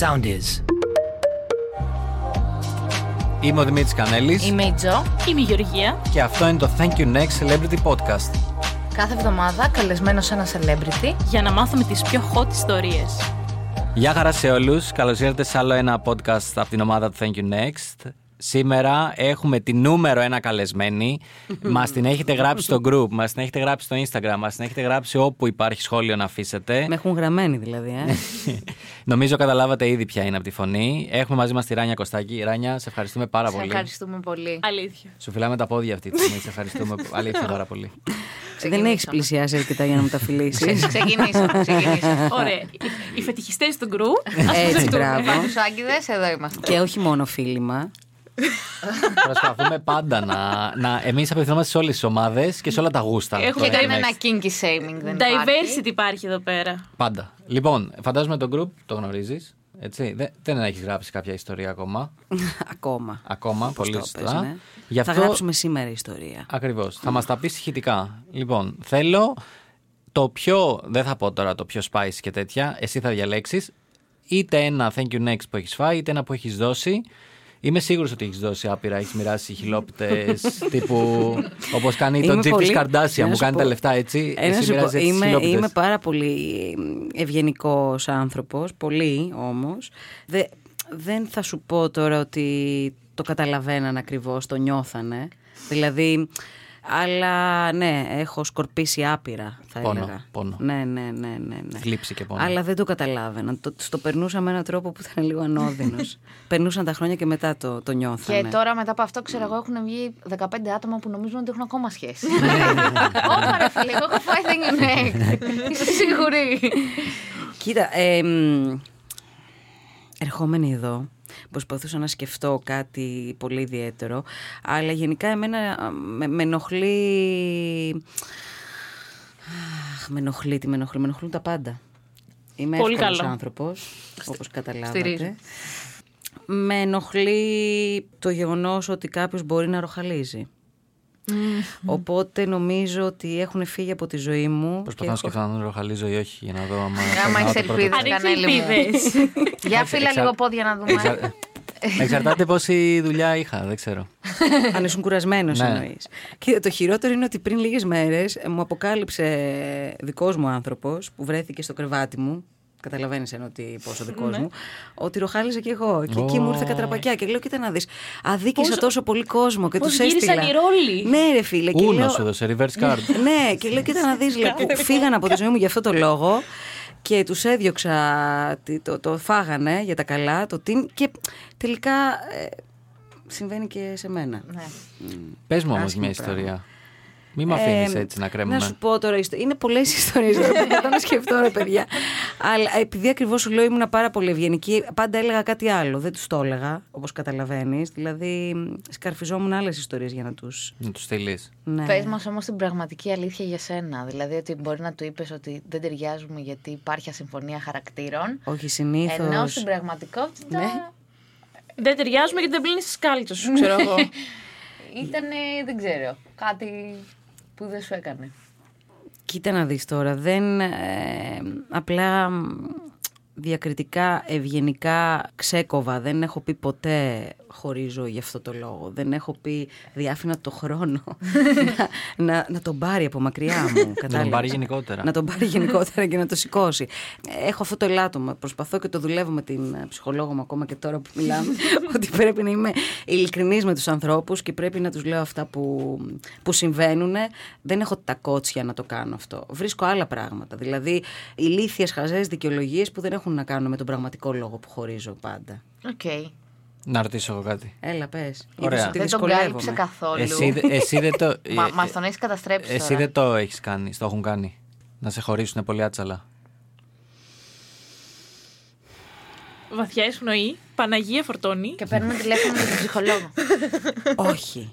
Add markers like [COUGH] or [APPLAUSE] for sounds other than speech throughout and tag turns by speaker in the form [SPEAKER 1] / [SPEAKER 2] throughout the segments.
[SPEAKER 1] sound is.
[SPEAKER 2] Είμαι ο Δημήτρης Κανέλης
[SPEAKER 3] Είμαι η Τζο.
[SPEAKER 4] Είμαι η Γεωργία.
[SPEAKER 2] και αυτό είναι το Thank You Next Celebrity Podcast.
[SPEAKER 3] Κάθε εβδομάδα καλεσμένο ένα celebrity.
[SPEAKER 4] Για να μάθουμε τις πιο hot ιστορίες.
[SPEAKER 2] Γεια χαρά σε όλους, καλώς ήρθατε σε άλλο ένα podcast από την ομάδα του Thank You Next. Σήμερα έχουμε τη νούμερο ένα
[SPEAKER 3] [LAUGHS]
[SPEAKER 2] καλεσμένη. Μας την έχετε γράψει στο group, μας την έχετε γράψει στο Instagram, μας την έχετε γράψει όπου υπάρχει σχόλιο να αφήσετε.
[SPEAKER 5] Με έχουν γραμμένη δηλαδή. Ε.
[SPEAKER 2] [LAUGHS] Νομίζω καταλάβατε ήδη ποια είναι από τη φωνή. Έχουμε μαζί μας τη Ράνια Κωστάκη. Ράνια, σε ευχαριστούμε πάρα
[SPEAKER 3] Σε
[SPEAKER 2] πολύ.
[SPEAKER 3] ευχαριστούμε πολύ.
[SPEAKER 4] Αλήθεια.
[SPEAKER 2] Σου φυλάμε τα πόδια αυτή τη στιγμή. σε
[SPEAKER 3] [LAUGHS]
[SPEAKER 2] ευχαριστούμε αλήθεια πάρα πολύ.
[SPEAKER 5] Δεν έχεις πλησιάσει αρκετά για να μου τα φιλήσεις.
[SPEAKER 3] Ξεκινήσαμε.
[SPEAKER 4] [LAUGHS]
[SPEAKER 3] Ξεκινήσαμε.
[SPEAKER 4] Ωραία. Οι- Οι φετιχιστές του γκρου. ας τους
[SPEAKER 5] Έτσι,
[SPEAKER 4] δεχτούμε.
[SPEAKER 5] μπράβο.
[SPEAKER 3] Τους άγκυδες, εδώ είμαστε.
[SPEAKER 5] Και όχι μόνο φίλημα. [LAUGHS]
[SPEAKER 2] Προσπαθούμε πάντα να. να Εμείς απευθυνόμαστε σε όλες τις ομάδες και σε όλα τα γούστα.
[SPEAKER 4] Έχουμε
[SPEAKER 2] Το
[SPEAKER 3] Και κάνουμε
[SPEAKER 2] Next.
[SPEAKER 3] ένα kinky shaming. Δεν υπάρχει.
[SPEAKER 4] Diversity υπάρχει εδώ πέρα.
[SPEAKER 2] Πάντα. Λοιπόν, φαντάζομαι τον group το γνωρίζεις. Έτσι. Δε- Δεν έχεις γράψει κάποια ιστορία ακόμα.
[SPEAKER 5] Ακόμα.
[SPEAKER 2] Ακόμα,
[SPEAKER 5] Όπως
[SPEAKER 2] πολύ
[SPEAKER 5] το
[SPEAKER 2] σωστά.
[SPEAKER 5] είπες, ναι.
[SPEAKER 2] Γι' αυτό-
[SPEAKER 5] Θα γράψουμε σήμερα ιστορία.
[SPEAKER 2] Ακριβώς. Θα μας τα πεις ηχητικά. Λοιπόν, θέλω το πιο. Δεν θα πω τώρα το πιο spice και τέτοια. Εσύ θα διαλέξεις είτε ένα thank you next που έχεις φάει, είτε ένα που έχεις δώσει. Είμαι σίγουρος ότι έχεις δώσει άπειρα. Έχεις μοιράσει χιλόπιτε
[SPEAKER 5] [LAUGHS]
[SPEAKER 2] τύπου. Όπως κάνει το
[SPEAKER 5] Είμαι
[SPEAKER 2] τζιπ της
[SPEAKER 5] πολύ-
[SPEAKER 2] Καρντάσια
[SPEAKER 5] Να
[SPEAKER 2] που
[SPEAKER 5] σου
[SPEAKER 2] κάνει
[SPEAKER 5] πω-
[SPEAKER 2] τα λεφτά έτσι.
[SPEAKER 5] Ε, να
[SPEAKER 2] Εσύ
[SPEAKER 5] σου πω,
[SPEAKER 2] μοιράζεις έτσι
[SPEAKER 5] είμαι,
[SPEAKER 2] χιλόπιτες.
[SPEAKER 5] είμαι πάρα πολύ ευγενικός άνθρωπος. Πολύ όμως. δεν θα σου πω τώρα ότι το καταλαβαίναν ακριβώς, το νιώθανε. Δηλαδή. Αλλά ναι, έχω σκορπίσει άπειρα, θα
[SPEAKER 2] Πόνο,
[SPEAKER 5] έλεγα.
[SPEAKER 2] πόνο.
[SPEAKER 5] Ναι, ναι, ναι, ναι, ναι.
[SPEAKER 2] Θλίψη και πόνο.
[SPEAKER 5] Αλλά δεν το καταλάβαιναν. Το, το περνούσα με έναν τρόπο που ήταν λίγο ανώδυνος.
[SPEAKER 2] [LAUGHS]
[SPEAKER 5] Περνούσαν τα χρόνια και μετά το, το νιώθανε.
[SPEAKER 3] Και τώρα μετά από αυτό, ξέρω εγώ, έχουν βγει 15 άτομα που νομίζουν ότι έχουν ακόμα σχέση. [LAUGHS] Ωπα ρε φίλε, εγώ έχω φάει thank you next. Είσαι σίγουρη.
[SPEAKER 5] Κοίτα, ε, μ, ερχόμενη εδώ, προσπαθούσα να σκεφτώ κάτι πολύ ιδιαίτερο, αλλά γενικά εμένα α, με, με ενοχλεί... Αχ, με ενοχλεί, τι με ενοχλεί, με ενοχλούν τα πάντα. Είμαι
[SPEAKER 4] Πολύ
[SPEAKER 5] εύκολος
[SPEAKER 4] καλό.
[SPEAKER 5] άνθρωπος, όπως
[SPEAKER 3] στηρίζω.
[SPEAKER 5] καταλάβατε. Με ενοχλεί το γεγονός ότι κάποιος μπορεί να ροχαλίζει. Οπότε νομίζω ότι έχουν φύγει από τη ζωή μου.
[SPEAKER 2] Προσπαθώ να
[SPEAKER 5] και έχω-
[SPEAKER 2] σκεφτώ αν τον ροχαλίζω ή όχι για να δω άμα.
[SPEAKER 3] Άμα
[SPEAKER 2] περνάω
[SPEAKER 3] έχεις
[SPEAKER 2] το πρώτο
[SPEAKER 3] ελπίδες.
[SPEAKER 2] τεστ.
[SPEAKER 4] Ανοίξει
[SPEAKER 3] Κανέλη μου.
[SPEAKER 4] ελπίδες.
[SPEAKER 3] Για φύλλα
[SPEAKER 2] Εξα-
[SPEAKER 3] λίγο πόδια να δούμε.
[SPEAKER 2] Εξα- Εξαρτάται πόση δουλειά είχα, δεν ξέρω.
[SPEAKER 5] [LAUGHS] Αν ήσουν κουρασμένος,
[SPEAKER 2] Ναι.
[SPEAKER 5] εννοείς. Και το χειρότερο είναι ότι πριν λίγες μέρες μου αποκάλυψε δικός μου άνθρωπος που βρέθηκε στο κρεβάτι μου. Καταλαβαίνεις ενώ ότι πόσο δικός
[SPEAKER 4] Ναι.
[SPEAKER 5] μου. Ότι ροχάλιζα κι εγώ. Και εκεί μου ήρθε κατραπακιά. Και λέω: Κοίτα να δεις. Αδίκησα
[SPEAKER 4] Πώς-
[SPEAKER 5] τόσο πολύ κόσμο και του
[SPEAKER 4] πώς
[SPEAKER 5] έστειλα.
[SPEAKER 4] γύρισαν οι ρόλοι.
[SPEAKER 5] Ναι, ρε φίλε. και
[SPEAKER 2] Ούνο
[SPEAKER 5] λέω-
[SPEAKER 2] σου δώσε, reverse card.
[SPEAKER 5] [LAUGHS] ναι, και λέω: Κοίτα να δεις. Φύγανε από τη ζωή μου για αυτό το λόγο και τους έδιωξα. τι- Το, το φάγανε για τα καλά, το team. Και τελικά ε, συμβαίνει και σε μένα.
[SPEAKER 3] Ναι.
[SPEAKER 2] Πες μου όμως
[SPEAKER 5] Άσχημο
[SPEAKER 2] μια
[SPEAKER 5] πράγμα.
[SPEAKER 2] ιστορία. Μην με αφήνεις
[SPEAKER 5] Ε,
[SPEAKER 2] έτσι να κρέμουμε.
[SPEAKER 5] Να σου πω τώρα, ιστο- είναι πολλές [LAUGHS] ιστορίες. Δεν μπορώ να σκεφτώ, ρε παιδιά. Αλλά ε, επειδή ακριβώς σου λέω ήμουν πάρα πολύ ευγενική, πάντα έλεγα κάτι άλλο. Δεν τους το έλεγα, όπως καταλαβαίνεις. Δηλαδή, μ, σκαρφιζόμουν άλλες ιστορίες για να τους.
[SPEAKER 2] Να τους στείλεις.
[SPEAKER 5] Ναι.
[SPEAKER 3] Πες μας όμως την πραγματική αλήθεια για σένα. Δηλαδή ότι μπορεί να του είπες ότι δεν ταιριάζουμε γιατί υπάρχει ασυμφωνία χαρακτήρων.
[SPEAKER 5] Όχι συνήθως.
[SPEAKER 3] Ενώ στην πραγματικότητα
[SPEAKER 4] Δεν ταιριάζουμε γιατί δεν πλύνεις τις κάλτσε σου, ξέρω εγώ.
[SPEAKER 3] ήταν, δεν ξέρω, κάτι που δεν σου έκανε.
[SPEAKER 5] Κοίτα να δεις τώρα, δεν ε, απλά μ, διακριτικά, ευγενικά ξέκοβα. Δεν έχω πει ποτέ χωρίζω γι' αυτό το λόγο. Δεν έχω πει διάφυνα το
[SPEAKER 2] [LAUGHS]
[SPEAKER 5] χρόνο να, να, να τον πάρει από μακριά μου.
[SPEAKER 2] Να τον
[SPEAKER 5] κατάλαβες.
[SPEAKER 2] πάρει γενικότερα.
[SPEAKER 5] Να τον πάρει γενικότερα και να το σηκώσει. Έχω αυτό το ελάττωμα. Προσπαθώ και το δουλεύω με την ε, ψυχολόγο μου ακόμα και τώρα που
[SPEAKER 3] [LAUGHS]
[SPEAKER 5] μιλάμε. ότι πρέπει να είμαι ειλικρινής με τους ανθρώπους και πρέπει να τους λέω αυτά που, που συμβαίνουν. Δεν έχω τα κότσια να το κάνω αυτό. Βρίσκω άλλα πράγματα. Δηλαδή, ηλίθιες χαζές δικαιολογίες που δεν έχουν να κάνουν με τον πραγματικό λόγο που χωρίζω πάντα.
[SPEAKER 3] Οκ.
[SPEAKER 2] Ε, Να ρωτήσω εγώ κάτι.
[SPEAKER 5] Έλα, πες.
[SPEAKER 2] Ωραία.
[SPEAKER 3] Δεν τον κάλυψε καθόλου.
[SPEAKER 2] Εσύ, δε- εσύ δεν το.
[SPEAKER 3] Μα
[SPEAKER 2] ε,
[SPEAKER 3] μας τον έχεις καταστρέψει.
[SPEAKER 2] Εσύ
[SPEAKER 3] τώρα.
[SPEAKER 2] δεν το έχεις κάνει. Το έχουν κάνει. Να σε χωρίσουν πολύ άτσαλα.
[SPEAKER 4] Βαθιά εισπνοή. Παναγία φορτώνει.
[SPEAKER 3] Και παίρνουμε τηλέφωνο με τον
[SPEAKER 2] [LAUGHS]
[SPEAKER 3] ψυχολόγο.
[SPEAKER 5] Όχι.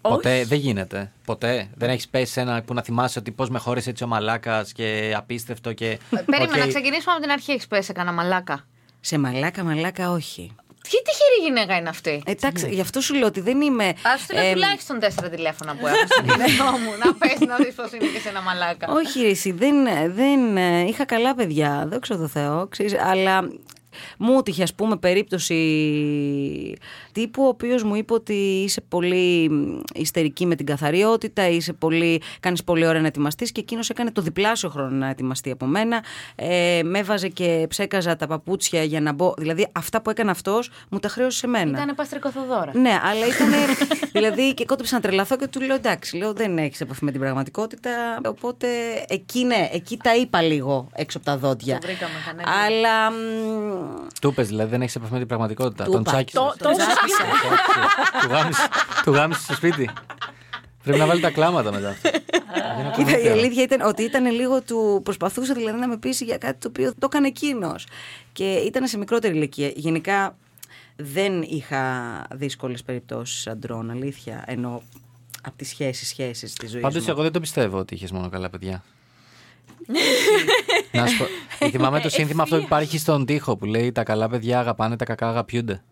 [SPEAKER 2] Ποτέ δεν γίνεται. Ποτέ. Δεν έχεις πέσει σε ένα που να θυμάσαι ότι πώς με χώρισε έτσι ο μαλάκας και απίστευτο και.
[SPEAKER 3] Περίμενα, να
[SPEAKER 2] Οκ.
[SPEAKER 3] ξεκινήσουμε από την αρχή. Έχεις πέσει κανένα μαλάκα.
[SPEAKER 5] Σε μαλάκα, μαλάκα, όχι.
[SPEAKER 3] Τι τυχερή γυναίκα είναι αυτή.
[SPEAKER 5] Εντάξει, γι' αυτό σου λέω ότι δεν είμαι.
[SPEAKER 3] Ας του ναι. λέω
[SPEAKER 5] εμ,
[SPEAKER 3] τουλάχιστον τέσσερα τηλέφωνα
[SPEAKER 2] [LAUGHS]
[SPEAKER 3] που έχω στον κινητό μου. Να πες να δεις πώς είναι και σε ένα μαλάκα.
[SPEAKER 5] Όχι, ρε, εσύ, δεν, δεν. ε, Είχα καλά παιδιά, δόξα τω Θεώ. Ξέρεις, αλλά Μου τύχε, ας πούμε, περίπτωση τύπου ο οποίος μου είπε ότι είσαι πολύ ιστερική με την καθαριότητα, είσαι πολύ, κάνεις πολύ ώρα να ετοιμαστείς και εκείνος έκανε το διπλάσιο χρόνο να ετοιμαστεί από μένα. Ε, με έβαζε και ψέκαζα τα παπούτσια για να μπω. Δηλαδή αυτά που έκανε αυτός μου τα χρέωσε σε μένα.
[SPEAKER 3] Ήταν παστρικοθοδόρα.
[SPEAKER 5] Ναι, αλλά ήταν. [LAUGHS] δηλαδή και κόντεψα να τρελαθώ και του λέω εντάξει, λέω δεν έχεις επαφή με την πραγματικότητα. Οπότε εκεί ναι, εκεί τα είπα λίγο έξω από τα δόντια.
[SPEAKER 1] Το βρήκαμε, κανένα.
[SPEAKER 5] Αλλά. μ,
[SPEAKER 2] Του πες δηλαδή, δεν έχεις επαφή με την πραγματικότητα.
[SPEAKER 5] Του
[SPEAKER 2] Τον
[SPEAKER 5] είπα.
[SPEAKER 2] τσάκησε.
[SPEAKER 4] Το- το-
[SPEAKER 2] Του γάμισε στο σπίτι. Πρέπει να βάλει τα κλάματα μετά. αυτό. Δεν είναι
[SPEAKER 5] Κοίτα, η
[SPEAKER 2] κομμάτι.
[SPEAKER 5] αλήθεια ήταν ότι ήταν λίγο του. Προσπαθούσε δηλαδή να με πείσει για κάτι το οποίο το έκανε εκείνος. Και ήταν σε μικρότερη ηλικία. Γενικά δεν είχα δύσκολες περιπτώσεις αντρών, αλήθεια. Ενώ από τις σχέσεις, σχέσεις της ζωής.
[SPEAKER 2] Πάντως, εγώ δεν το πιστεύω ότι είχες μόνο καλά παιδιά. να σου πω. ε, Θυμάμαι
[SPEAKER 5] Ε,
[SPEAKER 2] το σύνθημα αυτό που υπάρχει στον τοίχο που λέει Τα καλά παιδιά αγαπάνε, τα κακά αγαπιούνται.